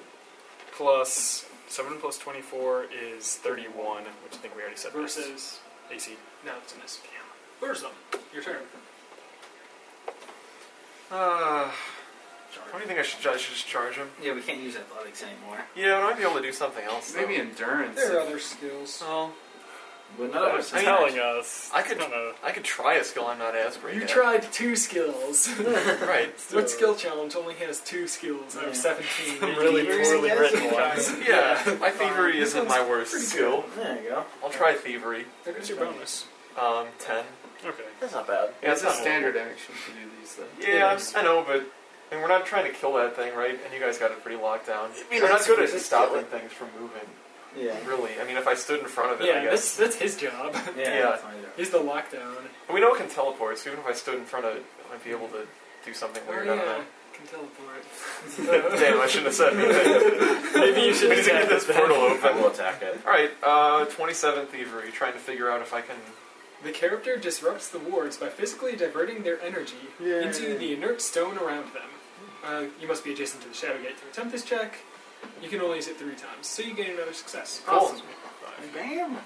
plus seven plus twenty four is thirty one, which I think we already said was Versus. AC. No, it's a miss. Burzum, your turn. Uh, how do you think I should, I should just charge him? Yeah, we can't use athletics anymore. Yeah, I might be able to do something else. Though. Maybe endurance. There are other skills. Well, But None of us I mean, telling us. I could- I don't know. I could try a skill I'm not as great You at. tried two skills. Right. what skill challenge only has two skills out of 17? really poorly written ones. Yeah, my thievery isn't my worst Pretty good. skill. There you go. I'll try thievery. There goes your bonus. Um, ten. Okay. That's not bad. Yeah, it's a That's not standard action to do these things. Yeah, It is. I know, but and we're not trying to kill that thing, right? And you guys got it pretty locked down. It'd be We're not nice good if at we could stopping kill things from moving. Yeah. Really, I mean, if I stood in front of it, I Yeah, that's, guess. that's his job. Yeah. that's fine. He's the lockdown. And we know it can teleport, so even if I stood in front of it, I might be able to do something Oh, weird. I yeah. don't Can teleport. know. Damn, I shouldn't have said anything. Maybe you should We need to get this portal I open. will attack it. All right, uh, twenty-seven thievery. Trying to figure out if I can. The character disrupts the wards by physically diverting their energy Yay. into the inert stone around them. Uh, you must be adjacent to the Shadow Gate to attempt this check. You can only use it three times, so you gain another success. Cool. Awesome. Bam!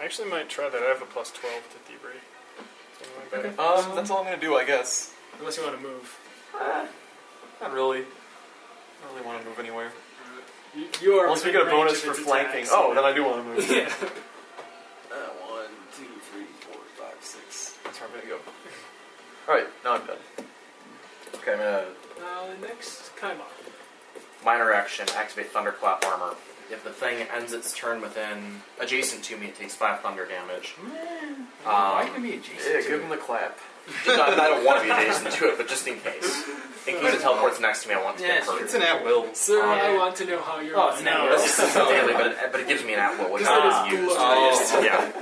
I actually might try that. I have a plus twelve to thievery. So I might better- Okay. Um, that's all I'm gonna do, I guess. Unless you want to move. Not really. I don't really want to move anywhere. You, you are Unless we get within a range bonus of for its flanking. attacks. Oh, then I do want to move. Yeah. Uh, one, two, three, four, five, six. That's where I'm gonna go. All right, now I'm done. Okay, I'm gonna Uh, next, Kaimon. minor action activate thunderclap armor. If the thing ends its turn within adjacent to me, it takes five thunder damage. Why Um, can be Yeah, adjacent to give him the clap. just not- I don't want to be adjacent to it, but just in case, in case it teleports next to me, I want it to Yeah, get hurt. It's an at will. Sir, Um, I want to know how you're. Oh, it's on. now. No, this is daily, but it, but it gives me an apple, which Just let I us used. blow Oh. yeah.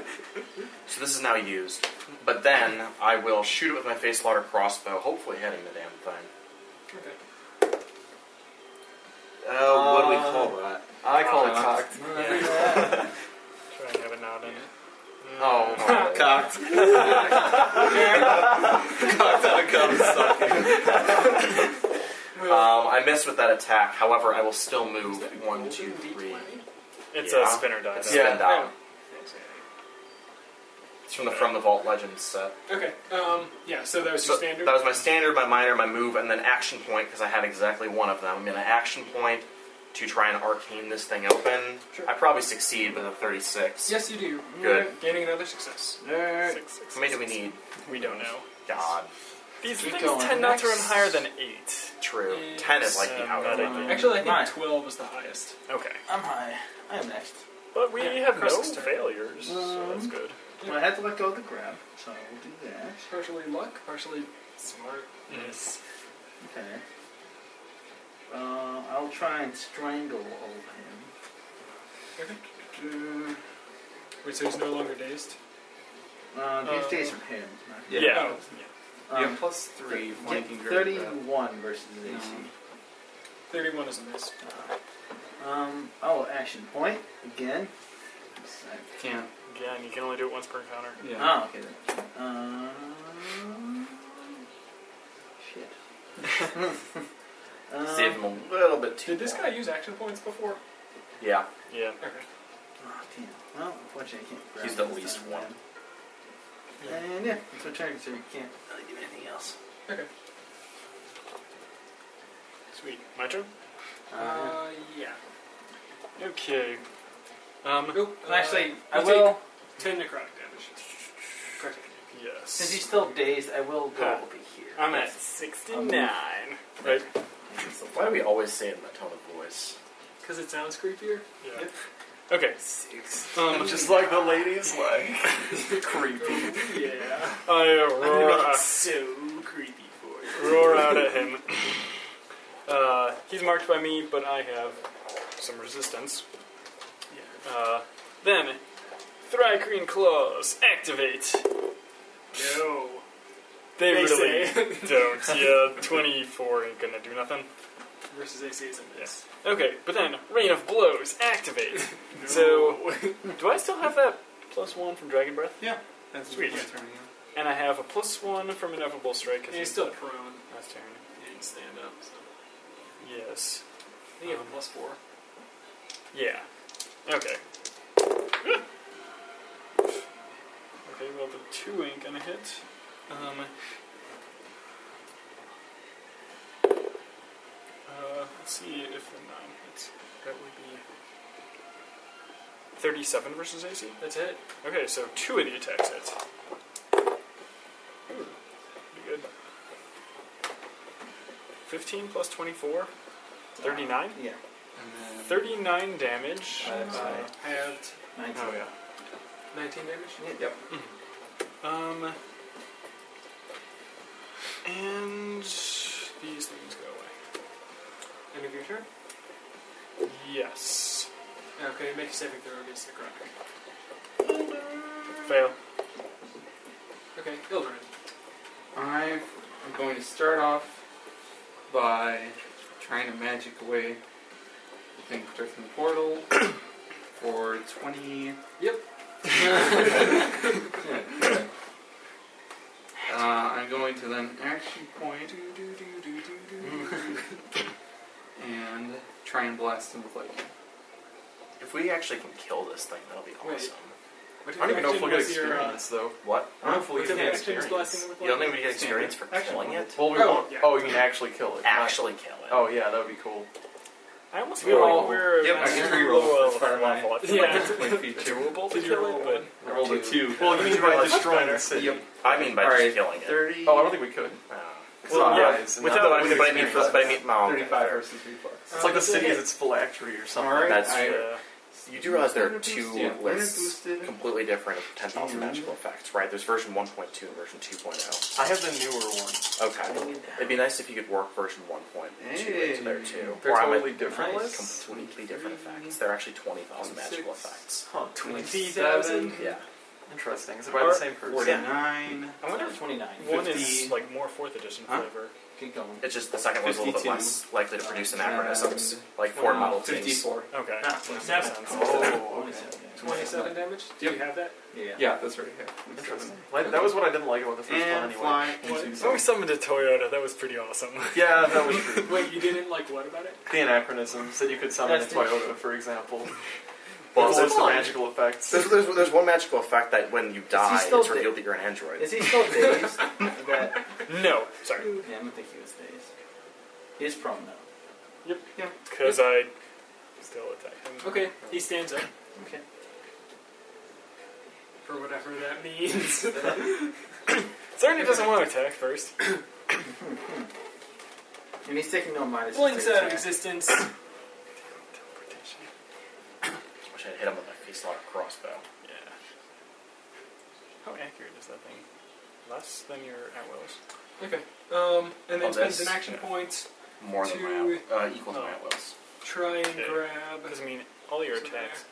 So this is now used. But then I will shoot it with my face lauder crossbow, hopefully hitting the damn thing. Uh, Okay. what do we call that? I call it cocked. Try and have it not in. Um, Oh, no. Cocked. Cocked out of cover sucking. um, I missed with that attack. However, I will still move one, two, three. Oh, It's Yeah. a spinner die. It's though. spin die. It's from the From the Vault Legends set. Okay. Um, yeah. So that was So your that standard. was my standard, my minor, my move, and then action point because I had exactly one of them. I'm gonna action point to try and arcane this thing open. Sure. I probably succeed with a 36. yes, you do. Good. You're gaining another success. Nerd. Six, six, How many do we six, need? six. We don't know. God, These Keep things going. tend not to run higher than eight. true. Mm, Ten is like the um, outer that I limit. do. Actually, I think Nine. twelve was the highest. Okay. I'm high. I am next. But we Yeah, have no Chris's turn. failures, so that's Um, good. Well, I had to let go of the grab, so I will do that. Partially luck, partially smart. Yes. Okay. Uh, I'll try and strangle old him. Okay. Mm, Wait, so he's no longer dazed. Uh, these Uh, days are him. not- Yeah. Oh, Um, yeah, plus three flanking yeah, grip. 31 versus No. AC. Thirty-one is a miss. Um, oh, action point again. Can't. Again, you can only do it once per encounter. Yeah. Oh, okay. Then. Um, shit. um, Save him a little bit too. Did this guy use action points before? Yeah. Yeah. Okay. Oh, damn. Well, unfortunately, I can't grab He's the this least time one. around. And yeah, it's my turn, so you can't really do anything else. Sweet. My turn? Uh, Uh, yeah. Okay. Um, Nope. uh, actually, I you will. Ten necrotic damage. Correct. yes. Since he's still dazed, I will go Huh. over here. I'm at 69. Right? Why do we always say it in that tone of voice? Because it sounds creepier. Yeah. Okay. Um, Just like the ladies like. Creepy. yeah. I roar, I so creepy for you. roar out at him. Uh, he's marked by me, but I have some resistance. Uh, then, Thrycreen Claws, activate! No. They, They really say. don't. Yeah, 24 ain't gonna do nothing. Versus AC is a miss. Yes. Okay, but then, Rain of Blows, activate! So, do I still have that plus one from Dragon Breath? That's Sweet. my turn again. And I have a plus one from Ineffable Strike. 'cause And he's he- still prone. Last turn. He didn't stand up. So. Yes. I think you Um, have a plus four. Yeah. Okay. okay, well, the two ain't gonna hit. Um. Uh, let's see if the nine hits. That would be. 37 versus AC? That's it. Okay, so two of the attacks hit. Ooh, pretty good. 15 plus 24? 39? Yeah. And then 39 damage. Five, Uh, five. I have 19. oh, yeah. 19 damage. Yep. Um, and these things go End of your turn. away. Yes. Okay, make a saving throw against necrotic. Fail. Okay, Ildren. I'm I'm going to start off by trying to magic away the thing protecting the portal for 20. Yep. Uh, I'm going to then action point and try and blast him with lightning. If we actually can kill this thing, that'll be Wait. awesome. What I don't even know if action we'll get was your, uh, experience though. What? I don't know if we'll What's get the action experience. was blasting with You don't think lightning? we get experience for killing it? Well, we Oh, won't. yeah. Oh, you can actually kill it. Actually kill it. Oh yeah, that would be cool. I almost We feel all- like we're Yep, I can too reroll low for of an Firelight. awful. I feel like Yeah. it's Might be two. doable to Did you kill roll it, one? but I rolled a two. Well, you mean by That's destroying better. the city. Yep. I mean by Alright. just killing it. 30. Oh, I don't think we could. Uh, It's Well, not yeah. eyes. and Without, not- but I mean, but I mean, no. 35 versus reflex. it's like the That's a city is hit. its phylactery or something. Alright. That's I- uh, You do realize there are two Yeah. lists, Boosted. completely different, of 10,000 Mhm. magical effects, right? There's version 1.2 and version 2.0. I have the newer one. Okay. It'd be nice if you could work version 1.2 into there too. They're Or I totally might- different. It's completely different effects. They're actually 20,000 magical Six. effects. Huh, 20,000? Yeah. Interesting. Is it by the same person? Forty-nine. I wonder if 29. one 50. is like more fourth edition Huh? flavor. Keep going. It's just the second one's a little bit 52. less likely to produce Um, anachronisms, like Ford Model Ts. 54. Okay. Ah, That makes seven. sense. Oh, okay. 27 damage? Do you have that? Yeah. Yeah, that's right. Yeah. Interesting. Like, that was what I didn't like about the first one And anyway. fly. When we summoned a Toyota, that was pretty awesome. Yeah, that was true. Wait, you didn't like what about it? the anachronisms that you could summon That's a Toyota, for example. Well, Well, there's it's some fine. magical effects. There's, there's, there's one magical effect that when you die, still it's dead? revealed that you're an android. Is he still dazed? that, no, sorry, yeah, I don't think he was dazed. He is prone though. because I still attacked him. Okay, he stands up. Okay. For whatever that means. Cerny doesn't want to attack first. And he's taking no minus. Blinks to out of attack. existence. Wish I'd hit him with my face lock crossbow. Yeah. How accurate is that thing? Less than your at wills. Okay. Um, and then Oh, spends that's- an action yeah. point More than my Two- out, uh, equal to my no. at wills. try and Okay. grab. Because I mean, all your So there. attacks,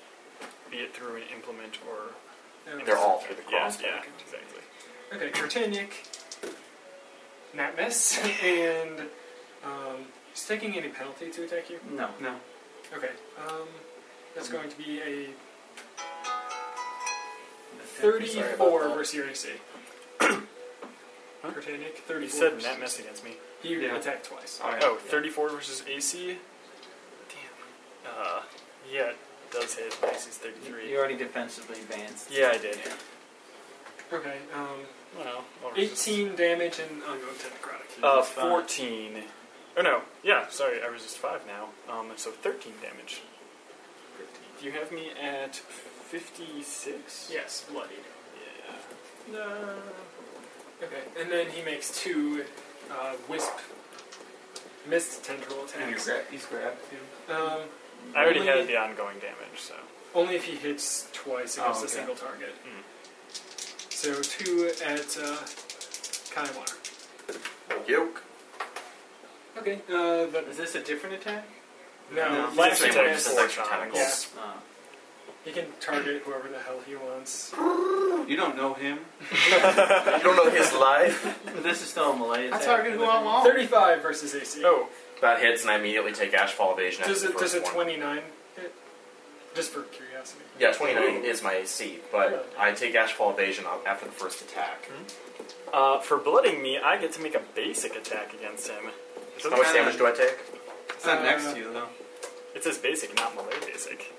be it through an implement or They're all through the yeah, crossbow. yeah, exactly. Okay, Kurtanik. Nat miss. And um, is taking any penalty to attack you? No. No. Okay. Um, that's going to be a Sorry 34 about that. versus your AC. Huh? Kurtanik, You said 34. versus net your AC. mess against me. He Yeah. attacked twice. All right. Oh, 34 versus AC. Damn. Uh, yeah, it does hit. AC's 33. You already defensively advanced. Yeah, I did. Okay, um, Well, I'll resist. 18 damage and ongoing to necrotic. Uh, Five. 14. Oh no, yeah, sorry, I resist 5 now. Um, so 13 damage. Do you have me at 56? Yes, bloodied. Yeah. No. Okay, and then he makes two uh, wisp mist tendril And attacks. he's grabbed. He's grabbed. Um, I already Only- had the ongoing damage, so. only if he hits twice Oh, against a okay. Hmm. single target. Mm. So two at uh, Kaiwara. Yoke. Okay, uh, but Is this a different attack? no, No. last Same one, Same one, attack, just same electric one. tentacles. Uh, he can target whoever the hell he wants. You don't know him. You don't know his life. but this is still a melee attack. Thirty-five versus AC. Oh, That hits, and I immediately take Ashfall evasion. does after it the does first a one. twenty-nine hit? Just for curiosity. Yeah, 29 is my AC, but I take Ashfall evasion off after the first attack. uh, for blooding me, I get to make a basic attack against him. How much damage do I take? It's not Uh, next to you though. It says basic, not melee basic.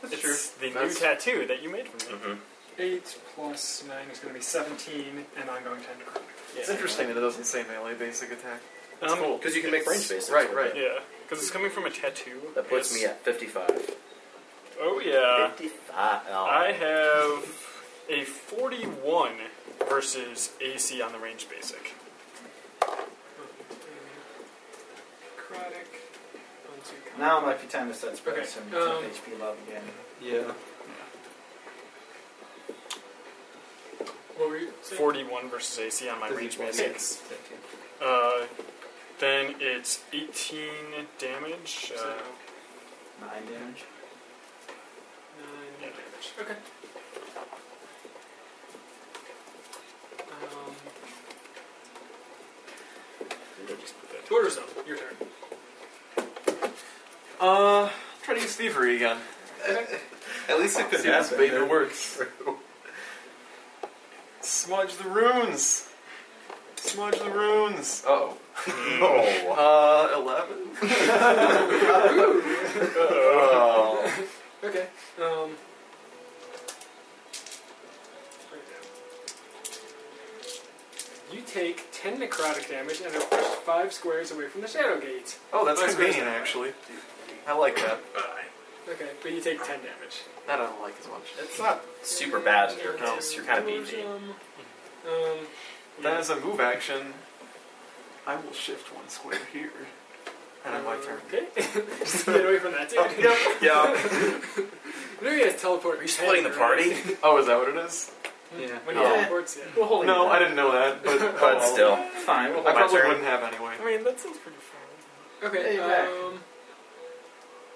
That's it's true. the That's- new tattoo that you made for me. Mm-hmm. Eight plus nine is going to be seventeen, and ongoing ten necrotic. It's interesting that it doesn't say melee basic attack. Um, Because you can make range basics. Right, with it. right. Yeah, because it's coming from a tattoo. That puts Yes. me at 55. Oh Uh, yeah. 55. Oh. I have a 41 versus AC on the range basic. Necrotic. Onto Kaiwara. Now might be time to start spreading Okay, some um, HP love again. Yeah. What were you saying? 41 versus AC on my Does range equal basic. Uh, then it's 18 damage. So, Uh, Nine damage. nine yeah. damage. Okay. Um, Tourism, your turn. Uh, try to use thievery again. At least it could See if happen. this baby works. Smudge the runes. Smudge the runes. Oh. Oh. Uh, eleven. Oh. Okay. Um. You take 10 necrotic damage and are pushed 5 squares away from the Shadow Gate. Oh, that's Nice convenient grace. actually. I like that. Okay, but you take 10 damage. That I don't like as much. It's not super bad in your case. You're kind of beefy. Um, um, Then as a move action, I will shift one square here. And then my turn. Okay. Just get away from that dude. Yeah. Whenever he has Are teleport, we you splitting the party? Oh, is that what it is? Yeah. When he Oh. teleports, yeah. Well, holy No, I didn't know that, but, oh, But still. Fine. We'll I My probably turn. wouldn't have anyway. I mean, that sounds pretty fun. Okay, Hey, back. um,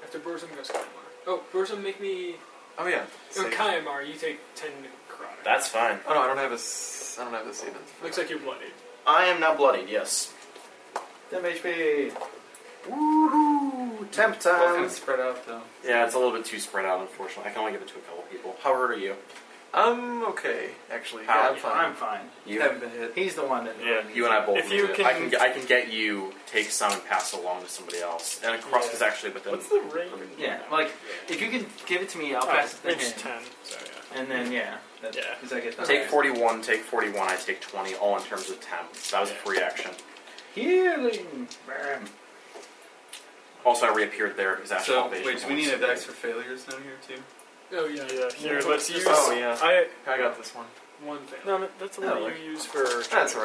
after Burzum goes Kaimar. Oh, Burzum, make me. Oh yeah. Oh, Save. Kaimar, you take 10 necrotic. That's fine. Oh no, I don't have a. s- I don't have the saving. Looks like you're bloodied. I am now bloodied, yes. 10 HP. Woohoo! Temp Both kind time! of spread out though. Yeah, it's a little bit too spread out, unfortunately. I can only give it to a couple people. How hurt are you? I'm Um, okay, actually. How yeah, are I'm you? fine. I'm fine. You? haven't been hit. He's the one that. Yeah. You and I both. If need you it. can- I can, I can get you take some and pass it along to somebody else. And across is actually within. What's the range? Yeah, like if you can give it to me, I'll Oh, pass it to range him. ten. So yeah. And then yeah, that, Yeah. Cause I get that. Take 41, take 41, I take 20, all in terms of temp. That was a free action. Healing. Bam. Also, I reappeared there because Ash So Salvation wait, do we was- need a dice for failures now here too? Oh yeah. Yeah, here, let's use. Oh, yeah. I I got this one. One thing. no, no, that's the Oh, one that you use for. That's all